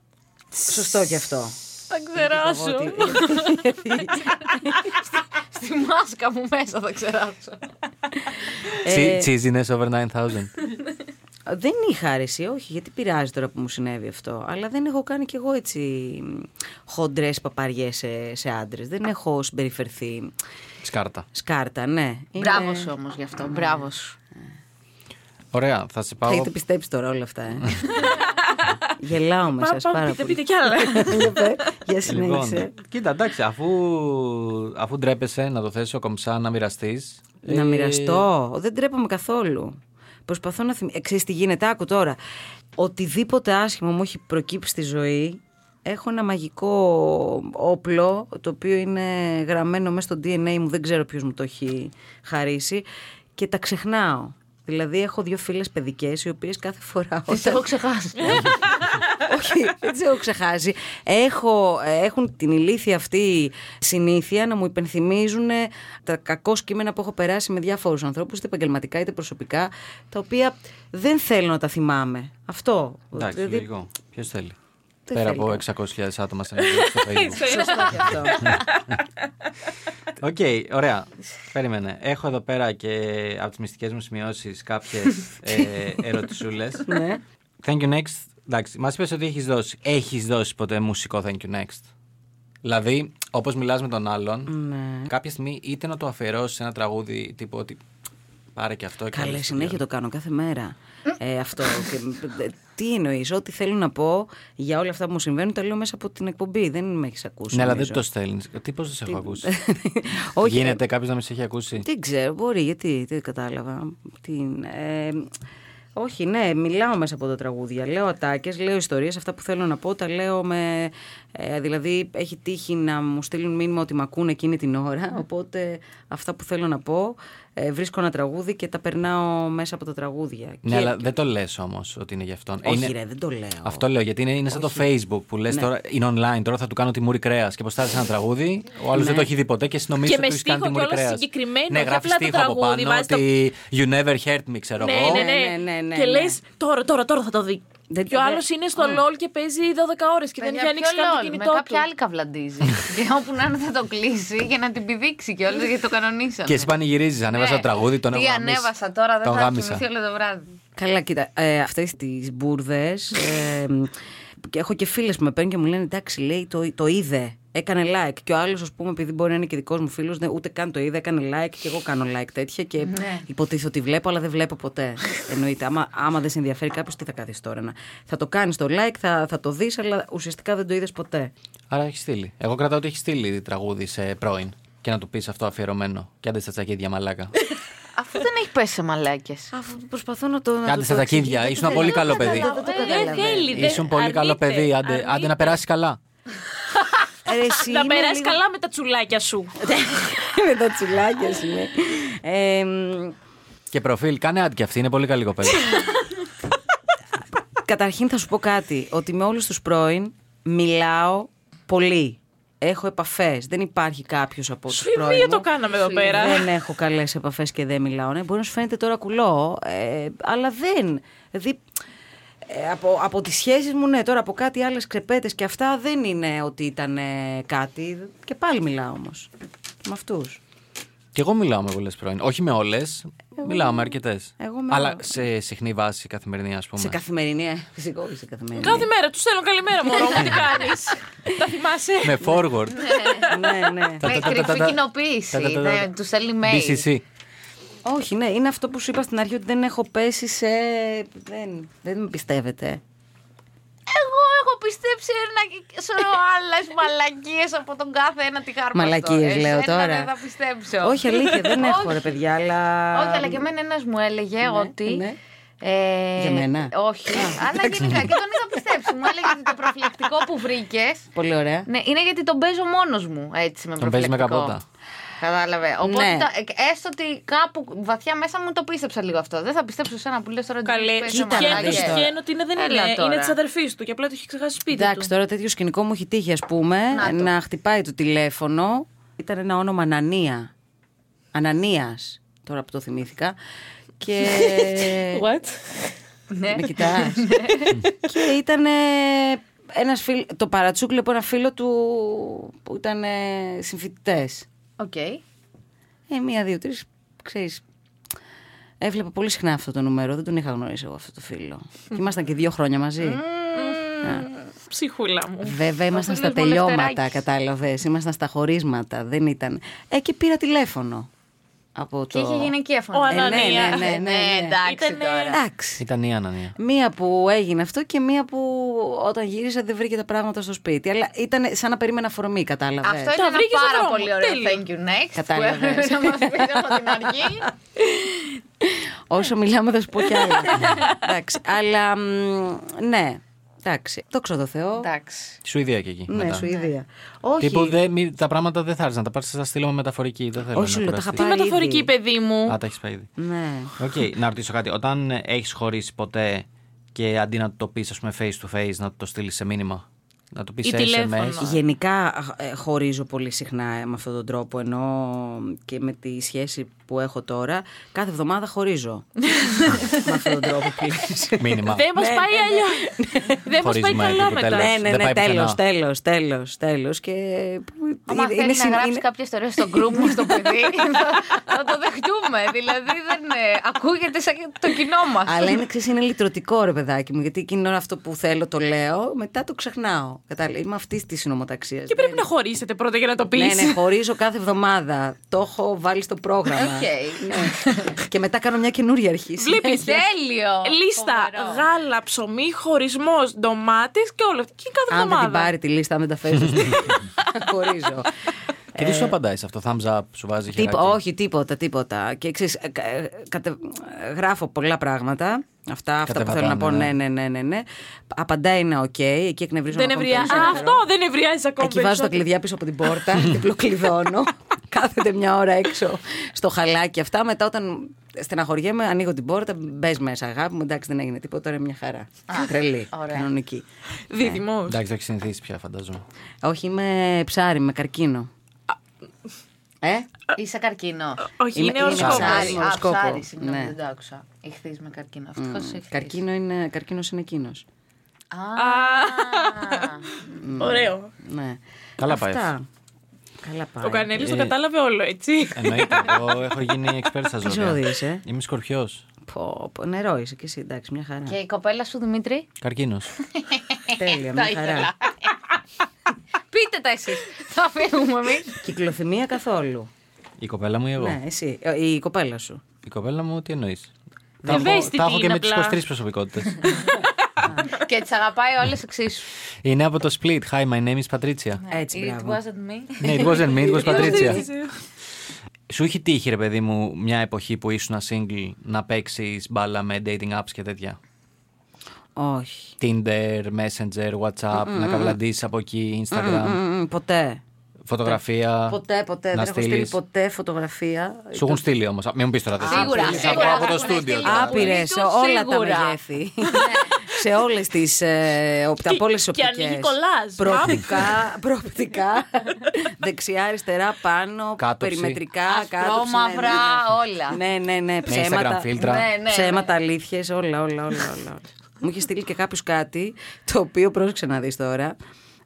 [SPEAKER 5] Σωστό και αυτό.
[SPEAKER 4] Θα ξεράσω.
[SPEAKER 3] Στη μάσκα μου μέσα θα ξεράσω.
[SPEAKER 5] Ε,
[SPEAKER 2] Cheesiness over 9000.
[SPEAKER 5] Δεν είχα αρεσία, όχι, γιατί πειράζει τώρα που μου συνέβη αυτό. Αλλά δεν έχω κάνει κι εγώ έτσι χοντρές παπαριές σε, σε άντρες. Δεν έχω συμπεριφερθεί.
[SPEAKER 2] Σκάρτα.
[SPEAKER 5] Σκάρτα, ναι. Είναι-
[SPEAKER 3] Μπράβο σου όμως γι' αυτό. Μπράβο σου.
[SPEAKER 2] Ωραία, θα σε
[SPEAKER 5] Θα
[SPEAKER 2] πάω.
[SPEAKER 5] έχετε πιστέψει τώρα όλα αυτά,
[SPEAKER 2] [LAUGHS]
[SPEAKER 5] ε. Γελάω με
[SPEAKER 4] Πάμε,
[SPEAKER 5] σας πάρα
[SPEAKER 4] πείτε,
[SPEAKER 5] πολύ.
[SPEAKER 4] πείτε κι άλλα.
[SPEAKER 5] Για πε, [LAUGHS] Για
[SPEAKER 2] Λοιπόν,
[SPEAKER 5] συνέχισε.
[SPEAKER 2] κοίτα, εντάξει, αφού, αφού ντρέπεσαι να το θέσω κομψά να μοιραστείς. Ε,
[SPEAKER 5] Να μοιραστώ. Δεν τρέπομαι καθόλου. Προσπαθώ να θυμηθώ. Ξέρεις τι γίνεται, άκου τώρα. Οτιδήποτε άσχημο μου έχει προκύψει στη ζωή, έχω ένα μαγικό όπλο, το οποίο είναι γραμμένο μέσα στο DNA μου, δεν ξέρω ποιος μου το έχει χαρίσει, και τα ξεχνάω. Δηλαδή έχω δύο φίλες παιδικές, οι οποίες κάθε φορά...
[SPEAKER 3] Τι έχω ξεχάσει.
[SPEAKER 5] Όχι, δεν τι έχω ξεχάσει. Έχω, έχουν την ηλίθια αυτή συνήθεια να μου υπενθυμίζουν τα κακό σκήμενα που έχω περάσει με διάφορους ανθρώπους, είτε επαγγελματικά είτε προσωπικά, τα οποία δεν θέλω να τα θυμάμαι. Αυτό.
[SPEAKER 2] Εντάξει,
[SPEAKER 5] Δηλαδή,
[SPEAKER 2] λογικό. Ποιος θέλει.
[SPEAKER 5] Δεν
[SPEAKER 2] Πέρα
[SPEAKER 5] θέλει
[SPEAKER 2] από
[SPEAKER 5] κανένα.
[SPEAKER 2] 600.000 άτομα σε
[SPEAKER 5] [LAUGHS]
[SPEAKER 2] ένα video στο Facebook.
[SPEAKER 5] σωστό και αυτό.
[SPEAKER 2] Οκ, ωραία. Περίμενε. Έχω εδώ πέρα και από τις μυστικές μου σημειώσεις κάποιες
[SPEAKER 5] [LAUGHS]
[SPEAKER 2] ε, ερωτησούλες.
[SPEAKER 5] ναι.
[SPEAKER 2] Thank you next. Εντάξει, μας είπες ότι έχεις δώσει. Έχεις δώσει ποτέ μουσικό thank you next. Δηλαδή, όπως μιλάς με τον άλλον,
[SPEAKER 5] Ναι.
[SPEAKER 2] κάποια στιγμή είτε να του αφιερώσει ένα τραγούδι τύπου ότι. Πάρε και αυτό. και
[SPEAKER 5] Καλέ,
[SPEAKER 2] άλλο
[SPEAKER 5] συνέχεια το κάνω κάθε μέρα. Ε, αυτό. Και, ε, τι εννοείς, Ό,τι θέλω να πω για όλα αυτά που μου συμβαίνουν, τα λέω μέσα από την εκπομπή. Δεν με έχεις ακούσει.
[SPEAKER 2] Ναι, αλλά δεν
[SPEAKER 5] νομίζω.
[SPEAKER 2] του το στέλνεις. Τι πώς δεν σε έχω ακούσει.
[SPEAKER 5] [LAUGHS] Όχι,
[SPEAKER 2] Γίνεται κάποιος να με σε έχει ακούσει.
[SPEAKER 5] Δεν ξέρω, μπορεί, γιατί δεν κατάλαβα. Την, ε, όχι, ναι, μιλάω μέσα από τα τραγούδια. Λέω ατάκες, λέω ιστορίες, αυτά που θέλω να πω τα λέω με. ε, δηλαδή, έχει τύχει να μου στείλουν μήνυμα ότι με ακούνε εκείνη την ώρα. Οπότε, αυτά που θέλω να πω, ε, βρίσκω ένα τραγούδι και τα περνάω μέσα από τα τραγούδια.
[SPEAKER 2] Ναι,
[SPEAKER 5] Και-
[SPEAKER 2] αλλά δεν το λες όμως ότι είναι γι' αυτόν.
[SPEAKER 5] Όχι,
[SPEAKER 2] Είναι-
[SPEAKER 5] ρε, δεν το λέω.
[SPEAKER 2] Αυτό λέω γιατί είναι, είναι σαν το Facebook που λες
[SPEAKER 4] Ναι.
[SPEAKER 2] τώρα είναι online. Τώρα θα του κάνω τη μουρή κρέας και προστάζει ένα τραγούδι. Ο άλλος δεν το έχει δει ποτέ και συνομίζει
[SPEAKER 4] Ναι. Και
[SPEAKER 2] ότι
[SPEAKER 4] με
[SPEAKER 2] του έχεις κάνει τη
[SPEAKER 4] στίχο
[SPEAKER 2] μουρή
[SPEAKER 4] κιόλας
[SPEAKER 2] κρέας.
[SPEAKER 4] συγκεκριμένο,
[SPEAKER 2] Ναι,
[SPEAKER 4] όχι
[SPEAKER 2] γράφεις
[SPEAKER 4] απλά το
[SPEAKER 2] στίχο από
[SPEAKER 4] τραγούδι,
[SPEAKER 2] πάνω
[SPEAKER 4] βάζεις το-
[SPEAKER 2] ότι You never hurt me, ξέρω
[SPEAKER 4] Ναι,
[SPEAKER 2] εγώ.
[SPEAKER 4] [LAUGHS] ναι,
[SPEAKER 5] Ναι, ναι,
[SPEAKER 4] ναι,
[SPEAKER 5] ναι,
[SPEAKER 4] Και
[SPEAKER 5] ναι.
[SPEAKER 4] λες τώρα, τώρα, τώρα θα το δει.
[SPEAKER 5] Δεν-
[SPEAKER 4] Και ο
[SPEAKER 5] δεν-
[SPEAKER 4] άλλος είναι στο LOL και παίζει 12 ώρες και δεν έχει
[SPEAKER 3] Παιδιά,
[SPEAKER 4] ανοίξει
[SPEAKER 3] ποιο
[SPEAKER 4] καν το
[SPEAKER 3] LOL, Με
[SPEAKER 4] κινητό του.
[SPEAKER 3] κάποια άλλη καβλαντίζεις. [LAUGHS] και όπου να είναι θα το κλείσει για να την πηδήξει κιόλας γιατί το κανονίσαμε.
[SPEAKER 2] Και εσύ πανηγυρίζεις, ανέβασα
[SPEAKER 3] Ναι.
[SPEAKER 2] το τραγούδι, τον
[SPEAKER 3] Τι
[SPEAKER 2] έχω γαμίσει.
[SPEAKER 3] ανέβασα τώρα, δεν
[SPEAKER 2] τον
[SPEAKER 3] θα
[SPEAKER 2] γάμισα.
[SPEAKER 3] κοιμηθεί όλο το βράδυ.
[SPEAKER 5] Καλά, κοίτα, ε, αυτές τις μπουρδες. Ε, και έχω και φίλες που με παίρνουν και μου λένε εντάξει, λέει, το, το είδε. Έκανε like. Και ο άλλος, ας πούμε, επειδή μπορεί να είναι και δικός μου φίλος, ούτε καν το είδε, έκανε like. Και εγώ κάνω like τέτοια. Και υποτίθεται ότι βλέπω, αλλά δεν βλέπω ποτέ. Εννοείται. Άμα, άμα δεν σε ενδιαφέρει κάποιος, τι θα κάνεις τώρα. Να. Θα το κάνεις το like, θα, θα το δεις, αλλά ουσιαστικά δεν το είδες ποτέ.
[SPEAKER 2] Άρα έχει στείλει. Εγώ κρατάω ότι έχει στείλει τραγούδι σε πρώην και να του πεις αυτό αφιερωμένο. Και άντε στα τσακίδια, μαλάκα.
[SPEAKER 3] Αφού δεν έχει πέσει σε μαλάκες.
[SPEAKER 5] Αφού προσπαθώ να το. να
[SPEAKER 2] Άντε
[SPEAKER 5] το-
[SPEAKER 2] στα
[SPEAKER 5] το
[SPEAKER 2] τσακίδια,
[SPEAKER 5] εξηγήσω.
[SPEAKER 2] ήσουν πολύ καλό παιδί.
[SPEAKER 5] Δεν το
[SPEAKER 4] Ε, Δεν
[SPEAKER 5] καταλαβαίνω.
[SPEAKER 4] θέλει. δεν-
[SPEAKER 2] Ήσουν πολύ καλό
[SPEAKER 4] αρνείται,
[SPEAKER 2] παιδί, άντε, άντε να
[SPEAKER 4] αρνείται.
[SPEAKER 2] περάσεις καλά.
[SPEAKER 5] Ρε, ε, εσύ
[SPEAKER 4] Να
[SPEAKER 5] είμαι
[SPEAKER 4] περάσει
[SPEAKER 5] λίγο-
[SPEAKER 4] καλά με τα τσουλάκια σου.
[SPEAKER 5] [LAUGHS] με τα τσουλάκια σου, ναι. Ε, μ,
[SPEAKER 2] Και προφίλ, κάνε άντε κι αυτή, είναι πολύ καλή
[SPEAKER 5] [LAUGHS]
[SPEAKER 2] κοπέλα.
[SPEAKER 5] Καταρχήν θα σου πω κάτι, ότι με όλους τους πρώην μιλάω πολύ. Έχω επαφές, δεν υπάρχει κάποιος από τους πρώην
[SPEAKER 4] Σουηδία το
[SPEAKER 5] μου.
[SPEAKER 4] κάναμε εδώ πέρα.
[SPEAKER 5] Δεν έχω καλές επαφές και δεν μιλάω. Ναι, μπορεί να σου φαίνεται τώρα κουλό, ε, αλλά δεν. Δηλαδή, ε, από, από τις σχέσεις μου, ναι, τώρα από κάτι άλλες κρεπέτες και αυτά δεν είναι ότι ήταν ε, κάτι. Και πάλι μιλάω όμως. Με αυτούς.
[SPEAKER 2] Και εγώ μιλάω με πολλές πρώην. Όχι με όλες. Μιλάω με αρκετές.
[SPEAKER 5] εγώ με
[SPEAKER 2] Αλλά
[SPEAKER 5] όλες.
[SPEAKER 2] σε συχνή βάση καθημερινή, ας πούμε.
[SPEAKER 5] Σε καθημερινή, ε, φυσικό, όχι σε καθημερινή.
[SPEAKER 4] Κάθε μέρα τους στέλνω καλημέρα
[SPEAKER 5] [LAUGHS]
[SPEAKER 4] μωρό μου, τι κάνεις. Τα θυμάσαι.
[SPEAKER 2] Με forward.
[SPEAKER 5] ναι, ναι.
[SPEAKER 2] Τα- τα-
[SPEAKER 3] Με
[SPEAKER 2] τα- τα-
[SPEAKER 3] κρυφή
[SPEAKER 2] τα-
[SPEAKER 3] κοινοποίηση.
[SPEAKER 2] τα- τα- τα-
[SPEAKER 3] ναι,
[SPEAKER 2] τα-
[SPEAKER 3] Τους στέλνει mail.
[SPEAKER 2] BCC.
[SPEAKER 5] όχι, ναι, είναι αυτό που σου είπα στην αρχή ότι δεν έχω πέσει σε. Δεν, δεν με πιστεύετε.
[SPEAKER 3] Εγώ έχω πιστέψει ένα σε άλλες μαλακίες από τον κάθε ένα τη χάρμα.
[SPEAKER 5] Μαλακίες, λέω τώρα.
[SPEAKER 3] ε, Δεν θα πιστέψω.
[SPEAKER 5] όχι, αλήθεια,
[SPEAKER 3] [LAUGHS]
[SPEAKER 5] δεν έχω
[SPEAKER 3] Όχι.
[SPEAKER 5] ρε παιδιά, αλλά.
[SPEAKER 3] Όχι, αλλά και εμένα ένας μου έλεγε ότι.
[SPEAKER 5] ναι.
[SPEAKER 3] ε,
[SPEAKER 5] Για μένα?
[SPEAKER 3] Όχι. αλλά γενικά και τον είχα πιστέψει. Μου έλεγε ότι το προφυλακτικό που βρήκες.
[SPEAKER 5] Πολύ ωραία.
[SPEAKER 3] Ναι, είναι γιατί τον παίζω μόνος μου έτσι με
[SPEAKER 2] Τον παίζεις με
[SPEAKER 3] προφυλακτικό.
[SPEAKER 2] καπότα.
[SPEAKER 3] Κατάλαβε. Οπότε
[SPEAKER 5] Ναι.
[SPEAKER 3] τα- ε, έστω ότι κάπου βαθιά μέσα μου το πίστεψα λίγο αυτό. Δεν θα πιστέψω σε ένα που λες τώρα ότι
[SPEAKER 4] Καλέ,
[SPEAKER 3] παίζει
[SPEAKER 4] του
[SPEAKER 5] κοίτα,
[SPEAKER 3] μαλάκες.
[SPEAKER 5] μαλάκια.
[SPEAKER 4] τυχαίνει τυχαίνει ότι είναι, δεν
[SPEAKER 3] Έλα
[SPEAKER 4] είναι.
[SPEAKER 3] τώρα.
[SPEAKER 4] Είναι της αδερφής του και απλά το έχει ξεχάσει σπίτι
[SPEAKER 5] Εντάξει,
[SPEAKER 4] του.
[SPEAKER 5] τώρα τέτοιο σκηνικό μου έχει τύχει, ας πούμε,
[SPEAKER 3] Να
[SPEAKER 5] να,
[SPEAKER 3] το.
[SPEAKER 5] χτυπάει το τηλέφωνο. Ήταν ένα όνομα Ανανία. Ανανίας, τώρα που το θυμήθηκα. Και.
[SPEAKER 3] [LAUGHS]
[SPEAKER 4] What?
[SPEAKER 3] Ναι.
[SPEAKER 5] με κοιτάς. και ήταν ένας φίλ... το παρατσούκλι από ένα φίλο του που ήταν συμφοιτητές.
[SPEAKER 3] Οκ.
[SPEAKER 5] Ε, μία, δύο, τρεις, ξέρεις. Έβλεπα πολύ συχνά αυτό το νούμερο. Δεν τον είχα γνωρίσει εγώ αυτό το φίλο. Και ήμασταν και δύο χρόνια μαζί.
[SPEAKER 4] Ψυχούλα μου.
[SPEAKER 5] Βέβαια, ήμασταν στα
[SPEAKER 3] φίλος μου
[SPEAKER 5] τελειώματα,
[SPEAKER 3] Λευτεράκης.
[SPEAKER 5] κατάλαβες. Ήμασταν στα χωρίσματα. Δεν ήταν. Ε, και πήρα τηλέφωνο. Από
[SPEAKER 3] Και
[SPEAKER 5] το...
[SPEAKER 3] είχε γυναικεία φωνή.
[SPEAKER 4] Ο
[SPEAKER 5] Ε, ναι, ναι,
[SPEAKER 4] Ανανία.
[SPEAKER 5] ναι, ναι, ναι.
[SPEAKER 3] εντάξει
[SPEAKER 4] Ήτανε-
[SPEAKER 3] τώρα.
[SPEAKER 5] Εντάξει.
[SPEAKER 2] Ήταν η Ανανία.
[SPEAKER 5] Μία που έγινε αυτό και μία που όταν γύρισα δεν βρήκε τα πράγματα στο σπίτι. Αλλά ήταν σαν να περίμενα φορμή, κατάλαβες.
[SPEAKER 3] Αυτό ήταν ένα
[SPEAKER 4] βρήκες στον
[SPEAKER 3] πάρα
[SPEAKER 4] δρόμο.
[SPEAKER 3] πολύ ωραίο
[SPEAKER 4] Τέλειο.
[SPEAKER 3] thank you next
[SPEAKER 5] Κατάλαβες.
[SPEAKER 3] που έπρεπε να μας πείτε από την αρχή.
[SPEAKER 5] Όσο μιλάμε θα σου πω κι άλλα. Εντάξει. Αλλά μ, ναι. Εντάξει. Δόξα τω Θεώ.
[SPEAKER 3] Εντάξει.
[SPEAKER 2] Στη Σουηδία και εκεί.
[SPEAKER 5] Ναι,
[SPEAKER 2] μετά.
[SPEAKER 5] Σουηδία. Όχι.
[SPEAKER 2] Τύπου δε, μη- τα πράγματα δεν θα άρεσαν. Τα πάρεις, θα τα στείλω με μεταφορική. Δεν θέλω
[SPEAKER 5] Όχι,
[SPEAKER 2] να
[SPEAKER 5] λέω, τα είχα
[SPEAKER 2] κουραστείς.
[SPEAKER 4] Τι
[SPEAKER 5] Πάρει
[SPEAKER 4] μεταφορική,
[SPEAKER 5] ήδη.
[SPEAKER 4] παιδί μου.
[SPEAKER 2] Α, τα έχεις πάει ήδη.
[SPEAKER 5] Ναι.
[SPEAKER 2] Οκ, να ρωτήσω κάτι. Όταν έχεις χωρίσει ποτέ και αντί να το πεις, ας πούμε, face to face, να το στείλεις σε μήνυμα. Να το πεις
[SPEAKER 4] Ή
[SPEAKER 2] σε
[SPEAKER 4] τηλέφωνο.
[SPEAKER 2] SMS.
[SPEAKER 5] [LAUGHS] Γενικά ε, χωρίζω πολύ συχνά ε, με αυτόν τον τρόπο, ενώ και με τη σχέση που έχω τώρα, κάθε εβδομάδα [LAUGHS] χωρίζω. με αυτόν τον τρόπο που λες.
[SPEAKER 2] Μήνυμα.
[SPEAKER 4] Δεν μας
[SPEAKER 5] Ναι,
[SPEAKER 4] πάει
[SPEAKER 5] ναι, ναι.
[SPEAKER 4] αλλιώς. Δεν μας
[SPEAKER 2] Χωρίς
[SPEAKER 4] πάει
[SPEAKER 2] μάτι,
[SPEAKER 4] καλά
[SPEAKER 2] το τέλος.
[SPEAKER 4] μετά.
[SPEAKER 5] Ναι, ναι,
[SPEAKER 2] Δεν
[SPEAKER 5] ναι,
[SPEAKER 2] πάει
[SPEAKER 5] τέλος,
[SPEAKER 2] πουθενά.
[SPEAKER 5] τέλος, τέλος, τέλος και...
[SPEAKER 3] Αν θέλει να
[SPEAKER 5] συν-
[SPEAKER 3] γράψει κάποια ιστορία στο group μου στο παιδί, [LAUGHS] θα- θα το δεχτούμε. Δηλαδή δεν ε, ακούγεται σαν και το κοινό μας.
[SPEAKER 5] Αλλά είναι, ξέρεις, είναι λυτρωτικό ρε παιδάκι μου, γιατί εκείνη την ώρα αυτό που θέλω το λέω, μετά το ξεχνάω. Κατάλαβα, είμαι αυτής της συνωμοταξίας.
[SPEAKER 4] Και πρέπει να χωρίσετε πρώτα για να το πεις.
[SPEAKER 5] Ναι,
[SPEAKER 4] [LAUGHS]
[SPEAKER 5] ναι, χωρίζω κάθε εβδομάδα. Το έχω βάλει στο πρόγραμμα.
[SPEAKER 3] Οκ.
[SPEAKER 5] Ναι. και μετά κάνω μια καινούρια αρχή.
[SPEAKER 4] Βλέπεις.
[SPEAKER 3] Τέλειο.
[SPEAKER 4] ε, Λίστα.
[SPEAKER 3] Φοβερό.
[SPEAKER 4] Γάλα, ψωμί, χωρισμός, ντομάτες και όλα αυτά. Και κάθε
[SPEAKER 5] Αν δεν την
[SPEAKER 4] εβδομάδα.
[SPEAKER 5] πάρει τη λίστα, αν δεν τα
[SPEAKER 4] [LAUGHS]
[SPEAKER 5] φέρει. στο σπίτι, Χωρίζω.
[SPEAKER 2] Και τι σου απαντάει σε αυτό. Thumbs up, σου βάζει
[SPEAKER 5] Τίπο-
[SPEAKER 2] χεράκι.
[SPEAKER 5] όχι, τίποτα, τίποτα. Και ξέρεις, ε, κα- ε, κατε- ε, γράφω πολλά πράγματα. Αυτά, αυτά που θέλω να πω,
[SPEAKER 2] Κατεβατάνε,
[SPEAKER 5] ναι, ναι, ναι, ναι, ναι. Απαντάει ένα οκ, εκεί εκνευρίζομαι
[SPEAKER 4] Δεν
[SPEAKER 5] ακόμη
[SPEAKER 4] ευρειά- Α,
[SPEAKER 5] περισσότερο.
[SPEAKER 4] Αυτό δεν ευριάζει ακόμη.
[SPEAKER 5] Εκεί βάζω
[SPEAKER 4] περισσότερο.
[SPEAKER 5] τα κλειδιά πίσω από την πόρτα, [LAUGHS] διπλοκλειδώνω.
[SPEAKER 3] [LAUGHS]
[SPEAKER 5] Κάθεται μια ώρα έξω στο χαλάκι αυτά. Μετά όταν στεναχωριέμαι, ανοίγω την πόρτα, μπες μέσα, αγάπη μου. Εντάξει, δεν έγινε τίποτα, τώρα είναι μια χαρά. Τρελή.
[SPEAKER 3] ωραία.
[SPEAKER 5] Κανονική.
[SPEAKER 4] Δίδυμος.
[SPEAKER 2] Εντάξει, το έχεις συνηθίσει πια, φαντάζομαι.
[SPEAKER 5] Όχι, είμαι ψάρι με καρκίνο. Ε,
[SPEAKER 3] Είσαι καρκίνο.
[SPEAKER 4] Όχι,
[SPEAKER 5] Είμαι-
[SPEAKER 4] είναι
[SPEAKER 5] είναι
[SPEAKER 4] οροσκόπο.
[SPEAKER 5] ψάρι.
[SPEAKER 3] Ψάρι.
[SPEAKER 5] Ψάρι,
[SPEAKER 3] Α,
[SPEAKER 5] οροσκόπο.
[SPEAKER 3] ψάρι, συγγνώμη,
[SPEAKER 5] Ναι.
[SPEAKER 3] δεν το άκουσα. Ηχθεί με καρκίνο. Ευτυχώ ηχθεί.
[SPEAKER 5] καρκίνο είναι, καρκίνος είναι εκείνος.
[SPEAKER 4] Ωραίο.
[SPEAKER 5] Ναι.
[SPEAKER 2] Καλά πάει
[SPEAKER 5] Αυτά. Καλά πάει.
[SPEAKER 4] Ο Κανέλης το
[SPEAKER 2] Ε,
[SPEAKER 4] κατάλαβε όλο, έτσι.
[SPEAKER 2] [LAUGHS] Εννοείται. Εγώ έχω γίνει expert στα
[SPEAKER 5] Τι
[SPEAKER 2] ζώδια.
[SPEAKER 5] ζώδιος είσαι?
[SPEAKER 2] Είμαι σκορπιός.
[SPEAKER 5] Πω, πω, νερό είσαι και εσύ, εντάξει, μια χαρά.
[SPEAKER 3] Και η κοπέλα σου, Δημήτρη.
[SPEAKER 2] Καρκίνος.
[SPEAKER 5] [LAUGHS] Τέλεια,
[SPEAKER 3] Τα
[SPEAKER 5] μια χαρά.
[SPEAKER 3] ήθελα. Πείτε τα εσείς. [LAUGHS] Θα φύγουμε εμείς.
[SPEAKER 5] Κυκλοθυμία καθόλου.
[SPEAKER 2] Η κοπέλα μου ή εγώ.
[SPEAKER 5] Ναι, εσύ. Ε, Η κοπέλα σου.
[SPEAKER 2] Η κοπέλα μου, τι εννοείς. Τα
[SPEAKER 4] Δεν
[SPEAKER 2] έχω,
[SPEAKER 4] βες τι
[SPEAKER 2] τα έχω
[SPEAKER 4] είναι
[SPEAKER 2] και με τις
[SPEAKER 4] απλά.
[SPEAKER 2] 23 προσωπικότητες.
[SPEAKER 3] Και τις αγαπάει όλες εξίσου.
[SPEAKER 2] Είναι από το Split. Hi, my name is Patricia.
[SPEAKER 5] Έτσι,
[SPEAKER 3] It
[SPEAKER 5] μπράβο.
[SPEAKER 3] wasn't me.
[SPEAKER 2] Ναι, it wasn't me, it was Patricia.
[SPEAKER 4] Ζήτησε.
[SPEAKER 2] Σου είχε τύχει, ρε παιδί μου, μια εποχή που ήσουν single να παίξεις μπάλα με dating apps και τέτοια.
[SPEAKER 5] Όχι.
[SPEAKER 2] Tinder, Messenger, WhatsApp, να καβλαντήσει από εκεί, Instagram,
[SPEAKER 5] Μμμ, ποτέ.
[SPEAKER 2] φωτογραφία.
[SPEAKER 5] Ποτέ, ποτέ.
[SPEAKER 2] να
[SPEAKER 5] δεν έχω στείλει
[SPEAKER 2] στείλεις.
[SPEAKER 5] ποτέ φωτογραφία.
[SPEAKER 2] Σου έχουν στείλει όμως. Μην μου πεις τώρα. δεν σου
[SPEAKER 3] Σίγουρα,
[SPEAKER 2] έχουν στείλει.
[SPEAKER 3] σίγουρα,
[SPEAKER 2] Από το
[SPEAKER 3] έχουν
[SPEAKER 2] στούντιο.
[SPEAKER 3] στείλει.
[SPEAKER 2] τώρα.
[SPEAKER 3] Άπειρα.
[SPEAKER 5] Άπειρε σε
[SPEAKER 3] Του
[SPEAKER 5] όλα τα
[SPEAKER 3] σίγουρα.
[SPEAKER 5] μεγέθη. [LAUGHS] σε όλες τις. Ε, οπ- από όλες τις
[SPEAKER 4] και
[SPEAKER 5] οπτικέ.
[SPEAKER 4] ανοίγει κολλάζ.
[SPEAKER 5] Προοπτικά, προοπτικά. δεξιά, αριστερά, πάνω,
[SPEAKER 2] Κάτωψη.
[SPEAKER 5] περιμετρικά,
[SPEAKER 3] Ασπρό,
[SPEAKER 5] κάτω.
[SPEAKER 3] μαύρα, όλα.
[SPEAKER 5] Ναι, ναι, ναι.
[SPEAKER 2] Instagram
[SPEAKER 5] Ψέματα.
[SPEAKER 2] φίλτρα.
[SPEAKER 3] Ναι, ναι, ναι.
[SPEAKER 5] Ψέματα, αλήθειες, όλα, όλα, όλα. όλα. Μου είχε στείλει και κάποιος κάτι, το οποίο πρόσεξε να δεις τώρα.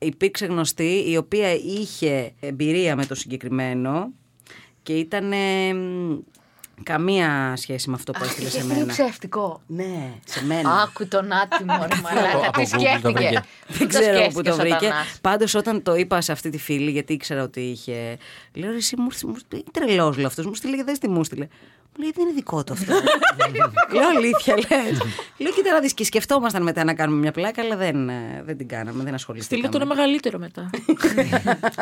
[SPEAKER 5] Υπήρξε γνωστή η οποία είχε εμπειρία με το συγκεκριμένο και ήταν. ε, μ, Καμία σχέση με αυτό που έστειλε σε
[SPEAKER 3] Εσύ
[SPEAKER 5] μένα.
[SPEAKER 3] ψεύτικο.
[SPEAKER 5] Ναι, σε μένα.
[SPEAKER 3] Άκου τον
[SPEAKER 5] [LAUGHS]
[SPEAKER 3] άτιμο, ρε μαλάκα.
[SPEAKER 2] από
[SPEAKER 3] Τι
[SPEAKER 2] Google το βρήκε.
[SPEAKER 3] σκέφτηκε.
[SPEAKER 5] Δεν ξέρω πού το
[SPEAKER 3] σκέφτηκε ο
[SPEAKER 5] βρήκε.
[SPEAKER 3] σατανάς.
[SPEAKER 5] Πάντως, όταν το είπα σε αυτή τη φίλη, γιατί ήξερα ότι είχε. Λέω ρε, εσύ μου ήρθες. Τρελός λέω αυτός. Μου στείλε και δεν τι μου στείλε. Μου λέει δεν είναι δικό του [LAUGHS] αυτό. λέω αλήθεια, λες. λέω κοίτα να δεις και σκεφτόμασταν μετά να κάνουμε μια πλάκα, αλλά δεν, ε, δεν την κάναμε, δεν
[SPEAKER 4] Στείλτε
[SPEAKER 5] ασχοληθήκαμε.
[SPEAKER 4] το ένα μεγαλύτερο [LAUGHS] μετά.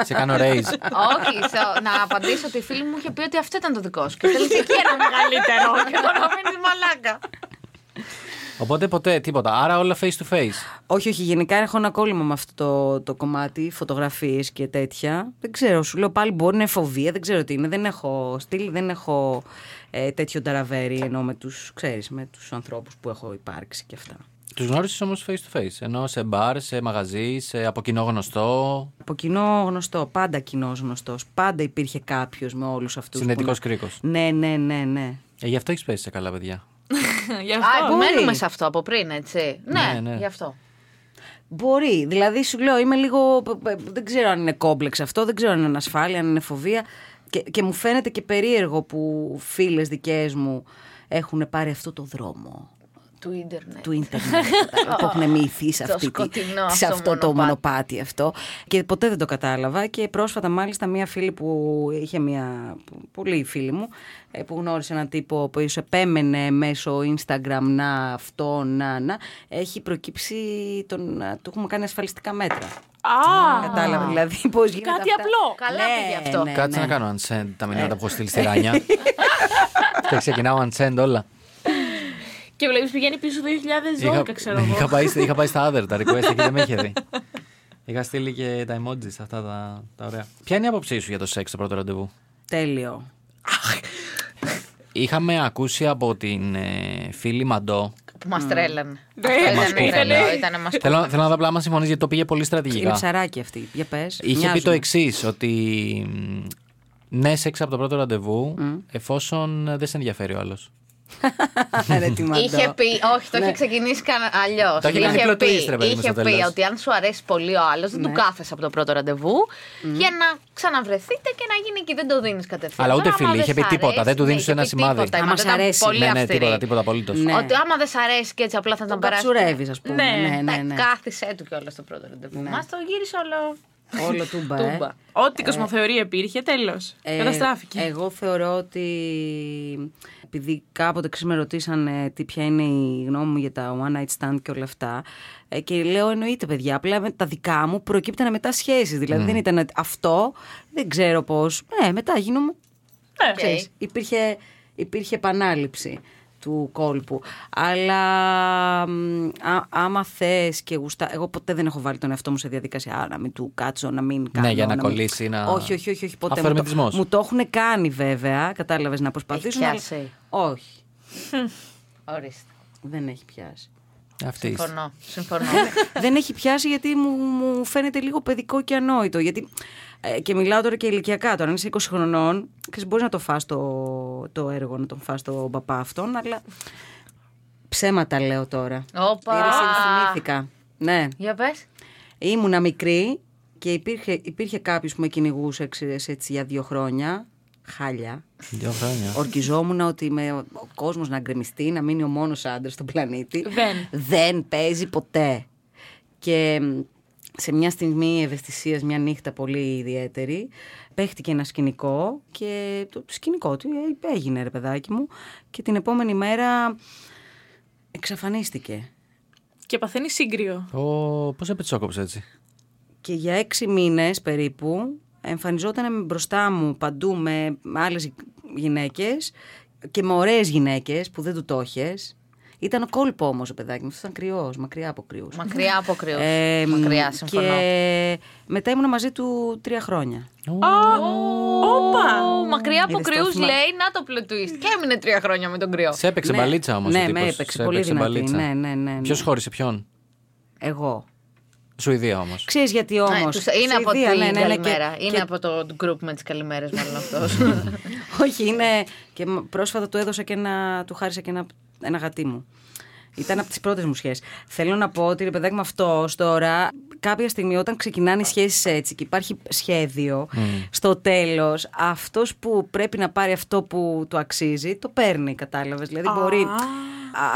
[SPEAKER 2] Σε κάνω raise.
[SPEAKER 3] Όχι, θα- να απαντήσω ότι η φίλη μου είχε πει ότι αυτό ήταν το δικό σου. Και θέλει και εκεί ένα [LAUGHS] μεγαλύτερο. Και τώρα αφήνει μαλάκα.
[SPEAKER 2] Οπότε ποτέ τίποτα. Άρα όλα face to face.
[SPEAKER 5] Όχι, όχι, γενικά έχω ένα κόλλημα με αυτό το, το κομμάτι, φωτογραφίες και τέτοια. Δεν ξέρω, σου λέω πάλι μπορεί να είναι φοβία, δεν ξέρω τι είναι. Δεν έχω στυλ, δεν έχω ε, τέτοιο ταραβέρι ενώ με τους ανθρώπους που έχω υπάρξει και αυτά.
[SPEAKER 2] Τους γνώρισες όμως face to face. Ενώ σε μπαρ, σε μαγαζί, σε από κοινό γνωστό.
[SPEAKER 5] Από κοινό γνωστό, πάντα κοινό γνωστός. Πάντα υπήρχε κάποιος με όλους αυτούς.
[SPEAKER 2] Συνετικός κρίκος.
[SPEAKER 5] Ναι, ναι, ναι, ναι.
[SPEAKER 2] Ε, γι' αυτό έχεις πέσει σε καλά παιδιά.
[SPEAKER 4] Γι'
[SPEAKER 3] Α,
[SPEAKER 4] αυτό.
[SPEAKER 3] επιμένουμε σε αυτό από πριν, έτσι.
[SPEAKER 2] Ναι, ναι.
[SPEAKER 3] Ναι, γι' αυτό.
[SPEAKER 5] Μπορεί. Δηλαδή σου λέω, είμαι λίγο. π- π- Δεν ξέρω αν είναι κόμπλεξ αυτό, δεν ξέρω αν είναι ανασφάλεια, αν είναι φοβία. Και, και μου φαίνεται και περίεργο που φίλες δικές μου έχουν πάρει αυτό το δρόμο
[SPEAKER 3] Του ίντερνετ.
[SPEAKER 5] του ίντερνετ. που έχουν μυηθείς σε,
[SPEAKER 3] Το
[SPEAKER 5] αυτή τη-
[SPEAKER 3] σκοτεινό
[SPEAKER 5] σε
[SPEAKER 3] αυτό
[SPEAKER 5] αυτό το
[SPEAKER 3] μονοπάτι.
[SPEAKER 5] μονοπάτι αυτό. Και ποτέ δεν το κατάλαβα. Και πρόσφατα, μάλιστα, μία φίλη που είχε μία. πολύ φίλη μου, ε, που γνώρισε έναν τύπο που ίσω επέμενε μέσω Instagram να αυτό, να, να. Έχει προκύψει. Τον, του έχουμε κάνει ασφαλιστικά μέτρα.
[SPEAKER 4] Α,
[SPEAKER 5] Κατάλαβα. Δηλαδή, πώς γίνεται.
[SPEAKER 4] κάτι
[SPEAKER 5] αυτά.
[SPEAKER 4] απλό.
[SPEAKER 3] Καλά πήγε αυτό.
[SPEAKER 5] Ναι, Ε.
[SPEAKER 2] Κάτσε
[SPEAKER 5] ναι.
[SPEAKER 2] να κάνω unsend τα μηνύματα που έχω στείλει στη
[SPEAKER 5] [LAUGHS]
[SPEAKER 2] Ράνια. Και ξεκινάω unsend όλα.
[SPEAKER 4] Και βλέπει πηγαίνει πίσω το 2012, ξέρω εγώ.
[SPEAKER 2] είχα, πάει, είχα πάει στα other τα request και δεν με είχε δει. Είχα στείλει και τα emojis αυτά τα, τα ωραία. Ποια είναι η άποψή σου για το σεξ το πρώτο ραντεβού.
[SPEAKER 5] Τέλειο.
[SPEAKER 2] Είχαμε ακούσει από την ε, φίλη Μαντό.
[SPEAKER 3] Που
[SPEAKER 2] Mm.
[SPEAKER 3] μας τρέλανε.
[SPEAKER 4] Ναι,
[SPEAKER 3] Αυτό
[SPEAKER 4] μας
[SPEAKER 3] ήταν τρελό, ήταν μας
[SPEAKER 2] Θέλω, θέλω να δω απλά μα συμφωνείς γιατί το πήγε πολύ
[SPEAKER 5] Είναι
[SPEAKER 2] στρατηγικά.
[SPEAKER 5] ψαράκι αυτή. Για πες.
[SPEAKER 2] Είχε
[SPEAKER 5] [LAUGHS]
[SPEAKER 2] πει το εξής, ότι μ, ναι, σεξ από το πρώτο ραντεβού, εφόσον ε, δεν σε ενδιαφέρει ο άλλος.
[SPEAKER 3] Είχε πει, όχι, το είχε ξεκινήσει αλλιώ.
[SPEAKER 2] Ναι. Το είχε κάνει plot twist, ρε παιδί μου,
[SPEAKER 3] είχε
[SPEAKER 2] στο
[SPEAKER 3] πει
[SPEAKER 2] τέλος. Ναι.
[SPEAKER 3] ότι αν σου αρέσει πολύ ο άλλος, δεν του κάθεσαι από το πρώτο ραντεβού
[SPEAKER 2] Mm.
[SPEAKER 3] για να ξαναβρεθείτε και να γίνει εκεί. Δεν το δίνεις κατευθείαν.
[SPEAKER 2] Αλλά ούτε
[SPEAKER 3] Άμα
[SPEAKER 2] φίλη,
[SPEAKER 3] δεν
[SPEAKER 2] είχε πει
[SPEAKER 3] σ'
[SPEAKER 2] τίποτα,
[SPEAKER 3] αρέσει,
[SPEAKER 2] δεν του
[SPEAKER 3] ναι,
[SPEAKER 2] δίνεις
[SPEAKER 3] είχε
[SPEAKER 2] ένα
[SPEAKER 3] πει
[SPEAKER 2] σημάδι.
[SPEAKER 3] τίποτα, η
[SPEAKER 5] Άμα
[SPEAKER 3] μάνα
[SPEAKER 5] σ'
[SPEAKER 3] ήταν
[SPEAKER 5] αρέσει.
[SPEAKER 3] Πολύ
[SPEAKER 2] ναι, ναι,
[SPEAKER 3] αυστηρή.
[SPEAKER 2] τίποτα, τίποτα απολύτως.
[SPEAKER 5] Ναι.
[SPEAKER 3] Ότι άμα δεν σ' αρέσει και έτσι απλά θα τον περάσει.
[SPEAKER 5] Καψουρεύει, ας πούμε.
[SPEAKER 4] Ναι,
[SPEAKER 5] Ναι, ναι, ναι.
[SPEAKER 3] Κάθισε του κιόλας το πρώτο ραντεβού. Μας το γύρισε όλο.
[SPEAKER 5] Όλο τούμπα. ε.
[SPEAKER 4] Τούμπα. Ό,τι κοσμοθεωρία υπήρχε, τέλος.
[SPEAKER 5] Ε,
[SPEAKER 4] Καταστράφηκε.
[SPEAKER 5] Εγώ θεωρώ ότι επειδή κάποτε ξέρεις με ρωτήσανε τι ποια είναι η γνώμη μου για τα one night stand και όλα αυτά ε, και λέω εννοείται παιδιά, απλά με τα δικά μου προκύπτανε μετά σχέσεις, δηλαδή δεν ήταν ότι αυτό, δεν ξέρω πώς, ναι μετά γίνομαι,
[SPEAKER 4] Ναι.
[SPEAKER 5] ξέρεις, υπήρχε, υπήρχε επανάληψη του κόλπου. Αλλά μ, α- άμα θες και γουστά. Εγώ ποτέ δεν έχω βάλει τον εαυτό μου σε διαδικασία. Α, να μην του κάτσω, να μην κάνω.
[SPEAKER 2] Ναι, για να
[SPEAKER 5] μην-
[SPEAKER 2] κολλήσει, να-
[SPEAKER 5] Όχι, όχι, όχι, όχι ποτέ. Μου το,
[SPEAKER 2] Αφορμητισμός.
[SPEAKER 5] μου το έχουν κάνει βέβαια. Κατάλαβες να προσπαθήσουν.
[SPEAKER 3] Έχει
[SPEAKER 5] αλλά-
[SPEAKER 3] πιάσει.
[SPEAKER 5] Όχι,
[SPEAKER 3] Ορίστε.
[SPEAKER 5] δεν έχει πιάσει.
[SPEAKER 2] Αυτής. είσαι.
[SPEAKER 3] Συμφωνώ.
[SPEAKER 5] [LAUGHS]
[SPEAKER 3] Συμφωνώ.
[SPEAKER 5] δεν έχει πιάσει γιατί μου, μου φαίνεται λίγο παιδικό και ανόητο. Γιατί, ε, και μιλάω τώρα και ηλικιακά. Τώρα, αν είσαι 20 χρονών, μπορείς να το φας το, το έργο, να τον φας τον παπά αυτόν, αλλά. Ψέματα λέω τώρα.
[SPEAKER 3] Όπα.
[SPEAKER 5] Είδες, ενθυμήθηκα. Ναι.
[SPEAKER 3] Για πες.
[SPEAKER 5] Ήμουνα μικρή και υπήρχε, υπήρχε κάποιος που με κυνηγούσε ξέρεις, έτσι, για δύο χρόνια. Χάλια.
[SPEAKER 2] Δύο χρόνια.
[SPEAKER 5] Ορκιζόμουν ότι με ο κόσμος να γκρεμιστεί, να μείνει ο μόνος άντρας στον πλανήτη.
[SPEAKER 4] Δεν.
[SPEAKER 5] Δεν παίζει ποτέ. Και μ, σε μια στιγμή ευαισθησίας, μια νύχτα πολύ ιδιαίτερη, παίχτηκε ένα σκηνικό και το το σκηνικό του ε, έγινε ρε παιδάκι μου και την επόμενη μέρα εξαφανίστηκε.
[SPEAKER 4] Και παθαίνει σύγκριο.
[SPEAKER 2] Πώ επετσόκοψε έτσι.
[SPEAKER 5] Και για έξι μήνες περίπου εμφανιζόταν μπροστά μου παντού με άλλες γυναίκες και με ωραίες γυναίκες που δεν του το είχες. Ήταν ο κόλπο όμως ο παιδάκι μου, αυτός ήταν κρυός, μακριά από κρυούς.
[SPEAKER 3] Μακριά από κρύο.
[SPEAKER 5] Ε,
[SPEAKER 3] Μακριά, συμφωνώ.
[SPEAKER 5] Και μετά ήμουν μαζί του τρία χρόνια.
[SPEAKER 4] Όπα!
[SPEAKER 3] Ω, Μακριά από
[SPEAKER 5] Είδες το
[SPEAKER 3] κρυούς
[SPEAKER 5] θυμά-
[SPEAKER 3] λέει να το plot twist. Και έμεινε τρία χρόνια με τον κρυό.
[SPEAKER 2] Σε έπαιξε
[SPEAKER 5] Ναι.
[SPEAKER 2] μπαλίτσα όμως.
[SPEAKER 5] Ναι, με έπαιξε πολύ δυνατή. Ναι, ναι, ναι, ναι.
[SPEAKER 2] Ποιος χώρισε ποιον.
[SPEAKER 5] Εγώ.
[SPEAKER 2] Σουηδία όμως.
[SPEAKER 5] Ξέρεις γιατί όμως.
[SPEAKER 3] Ναι, τους- είναι από την
[SPEAKER 5] Σουηδία, ναι, ναι, ναι, και-
[SPEAKER 3] καλημέρα.
[SPEAKER 5] και-
[SPEAKER 3] είναι από το group με τις καλημέρες, μάλλον αυτός.
[SPEAKER 5] [LAUGHS] Όχι, είναι. Και μ- πρόσφατα του έδωσα και ένα. του χάρισα και ένα, ένα γατί μου. Ήταν από τις πρώτες μου σχέσεις. Θέλω να πω ότι ρε παιδάκι με αυτός τώρα κάποια στιγμή όταν ξεκινάνε οι σχέσεις έτσι και υπάρχει σχέδιο, στο τέλος αυτός που πρέπει να πάρει αυτό που του αξίζει, το παίρνει, κατάλαβες. Δηλαδή μπορεί.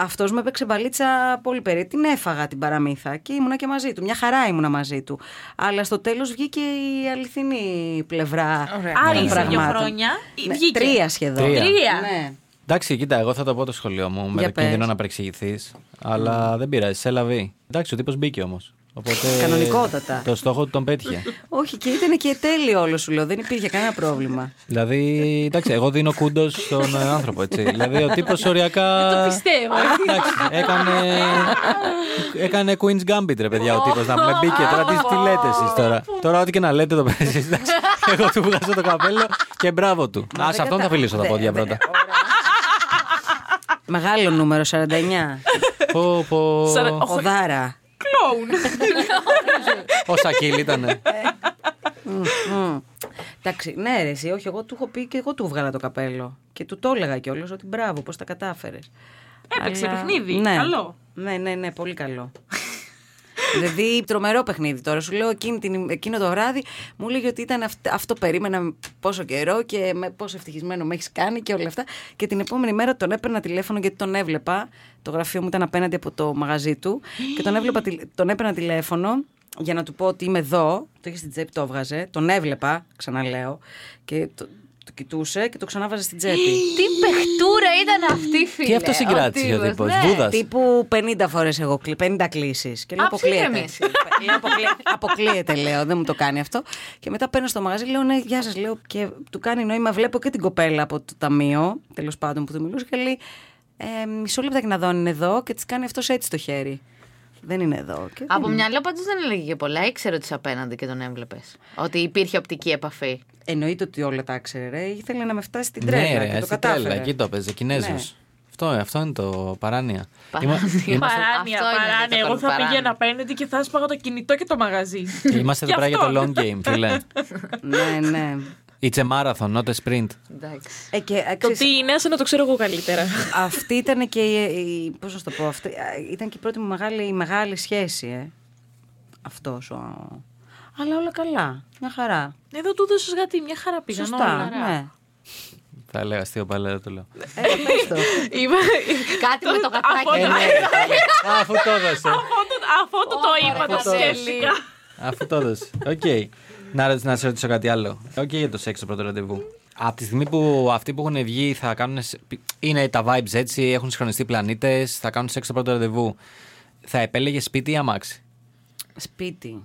[SPEAKER 5] Αυτό μου έπαιξε μπαλίτσα πολύ περίεργη. Την έφαγα την παραμύθα και ήμουνα και μαζί του. Μια χαρά ήμουνα μαζί του. Αλλά στο τέλος βγήκε η αληθινή πλευρά.
[SPEAKER 1] Ωραία.
[SPEAKER 5] των
[SPEAKER 4] Άρισε δύο
[SPEAKER 5] πραγμάτων.
[SPEAKER 4] χρόνια, ή
[SPEAKER 5] Ναι,
[SPEAKER 4] βγήκε.
[SPEAKER 5] Τρία σχεδόν.
[SPEAKER 2] Τρία.
[SPEAKER 4] Τρία.
[SPEAKER 5] Ναι.
[SPEAKER 2] Εντάξει, κοίτα, εγώ θα το πω το σχολείο μου με
[SPEAKER 5] Για
[SPEAKER 2] το κίνδυνο
[SPEAKER 5] πες. Ναι.
[SPEAKER 2] να παρεξηγηθείς. Αλλά δεν πειράζει, σε λαβή. Εντάξει, ο τύπος μπήκε όμως. Οπότε
[SPEAKER 5] Κανονικότατα.
[SPEAKER 2] Το στόχο του τον πέτυχε.
[SPEAKER 5] Όχι, και ήταν και τέλειο όλο σου λέω. Δεν υπήρχε κανένα
[SPEAKER 4] [LAUGHS]
[SPEAKER 5] πρόβλημα.
[SPEAKER 2] δηλαδή, εντάξει, εγώ δίνω κούντος στον ε, άνθρωπο, έτσι. δηλαδή, ο τύπος οριακά.
[SPEAKER 5] Ε,
[SPEAKER 4] Το πιστεύω.
[SPEAKER 2] Εντάξει, έκανε. έκανε Queen's Gambit, ρε παιδιά, ο τύπος. Να με μπήκε τώρα. Τι, τι λέτε εσείς τώρα. τώρα, ό,τι και να λέτε το παίζει. εντάξει. Εγώ του βγάζω το καπέλο και μπράβο του. Α, σε αυτόν θα φιλήσω τα πόδια πρώτα.
[SPEAKER 5] Μεγάλο νούμερο, 49.
[SPEAKER 2] Πω, πω.
[SPEAKER 5] Οδάρα.
[SPEAKER 2] Ο Σακίλ ήταν.
[SPEAKER 5] Μμμ. Εντάξει, ναι, ρε, εσύ, όχι, εγώ του έχω πει και εγώ του βγάλα το καπέλο. Και του το έλεγα κιόλας ότι μπράβο, πώς τα κατάφερες.
[SPEAKER 4] Έπαιξε παιχνίδι. Καλό.
[SPEAKER 5] Ναι, ναι, ναι, πολύ καλό. δηλαδή, τρομερό παιχνίδι τώρα. Σου λέω εκείνη την- εκείνο το βράδυ, μου έλεγε ότι ήταν αυτ- αυτό περίμενα πόσο καιρό και με, πόσο ευτυχισμένο με έχεις κάνει και όλα αυτά. Και την επόμενη μέρα τον έπαιρνα τηλέφωνο γιατί τον έβλεπα. Το γραφείο μου ήταν απέναντι από το μαγαζί του. και τον, έβλεπα, τη- τον έπαιρνα τηλέφωνο για να του πω ότι είμαι εδώ. Το είχε στην τσέπη, το έβγαζε. Τον έβλεπα, ξαναλέω. Και το, το κοιτούσε και το ξανάβαζε στην τσέπη.
[SPEAKER 3] [LAUGHS] Τι παιχτούρα ήταν αυτή, φίλε.
[SPEAKER 2] Τι αυτό συγκράτησε ο
[SPEAKER 3] τύπος,
[SPEAKER 2] τύπο.
[SPEAKER 3] ναι.
[SPEAKER 2] Βούδας.
[SPEAKER 5] Τύπου 50 φορές εγώ, κλει- 50 κλήσεις. Και λέω
[SPEAKER 3] Α,
[SPEAKER 5] αποκλείεται.
[SPEAKER 3] ψύχαμε εσύ.
[SPEAKER 5] λέω, αποκλεί- αποκλείεται, λέω, δεν μου το κάνει αυτό. Και μετά παίρνω στο μαγαζί, λέω, ναι, γεια σας, λέω. Και του κάνει νόημα, βλέπω και την κοπέλα από το ταμείο, τέλος πάντων που του μιλούσε, και λέει, ε, μισό λεπτάκι να δω αν είναι εδώ. Και της κάνει αυτό έτσι το χέρι. Δεν είναι εδώ. Και
[SPEAKER 3] Από μυαλό πάντως δεν έλεγε και πολλά. Ήξερε ότι είσαι απέναντι και τον έβλεπες. Ότι υπήρχε οπτική επαφή.
[SPEAKER 5] Εννοείται ότι όλα τα ξέρε, ρε. Ήθελε να με φτάσει στην τρέλα
[SPEAKER 2] Ναι, ρε,
[SPEAKER 5] και το
[SPEAKER 2] στην τρέλα,
[SPEAKER 5] κατάφερε.
[SPEAKER 2] εκεί το παίζει. Κινέζος.
[SPEAKER 5] Ναι.
[SPEAKER 2] Αυτό, αυτό είναι το παράνοια.
[SPEAKER 3] Παράνοια.
[SPEAKER 2] Είμα- είμα-
[SPEAKER 4] Παράνοια,
[SPEAKER 3] Αυτό είναι το
[SPEAKER 4] παράνοια. Εγώ θα
[SPEAKER 3] παράνοιο.
[SPEAKER 4] πήγαινα απέναντι και θα έσπαγα το κινητό και το μαγαζί.
[SPEAKER 2] Είμαστε εδώ πέρα για το long game, φίλε.
[SPEAKER 5] ναι, ναι.
[SPEAKER 2] It's a marathon, not a sprint.
[SPEAKER 3] Εντάξει.
[SPEAKER 5] Ε, και, ε,
[SPEAKER 4] Το
[SPEAKER 5] ξέρεις,
[SPEAKER 4] τι είναι, άσε να το ξέρω εγώ καλύτερα.
[SPEAKER 5] Αυτή ήταν και η. η- πώς να σου το πω, αυτή, α, ήταν και η πρώτη μου μεγάλη, η μεγάλη σχέση, ε. Αυτός ο. Αλλά όλα καλά. Μια χαρά.
[SPEAKER 4] Ε, Εδώ του έδωσε γατί, μια χαρά πήγαν.
[SPEAKER 5] Σωστά.
[SPEAKER 4] όλα.
[SPEAKER 5] Ναι.
[SPEAKER 2] Θα λέω αστείο πάλι, αλλά δεν το λέω.
[SPEAKER 5] Έλα, πες το.
[SPEAKER 4] Είμαι-
[SPEAKER 3] Κάτι
[SPEAKER 4] [LAUGHS]
[SPEAKER 3] με το
[SPEAKER 4] Αυτό
[SPEAKER 3] γατάκι.
[SPEAKER 2] Ε,
[SPEAKER 4] το-
[SPEAKER 2] ναι, α, αφού το έδωσε.
[SPEAKER 4] Αυτό το το είπα, το σκέφτηκα.
[SPEAKER 2] Αφού το έδωσε. Οκ. Να, ρωτήσω- να σε ρωτήσω κάτι άλλο. Οκ για το σεξ το πρώτο ραντεβού. Από τη στιγμή που αυτοί που έχουν βγει θα κάνουν. σε- Είναι τα vibes έτσι, έχουν συγχρονιστεί πλανήτες, θα κάνουν σεξ το πρώτο ραντεβού. Θα επέλεγε σπίτι ή αμάξι.
[SPEAKER 5] Σπίτι.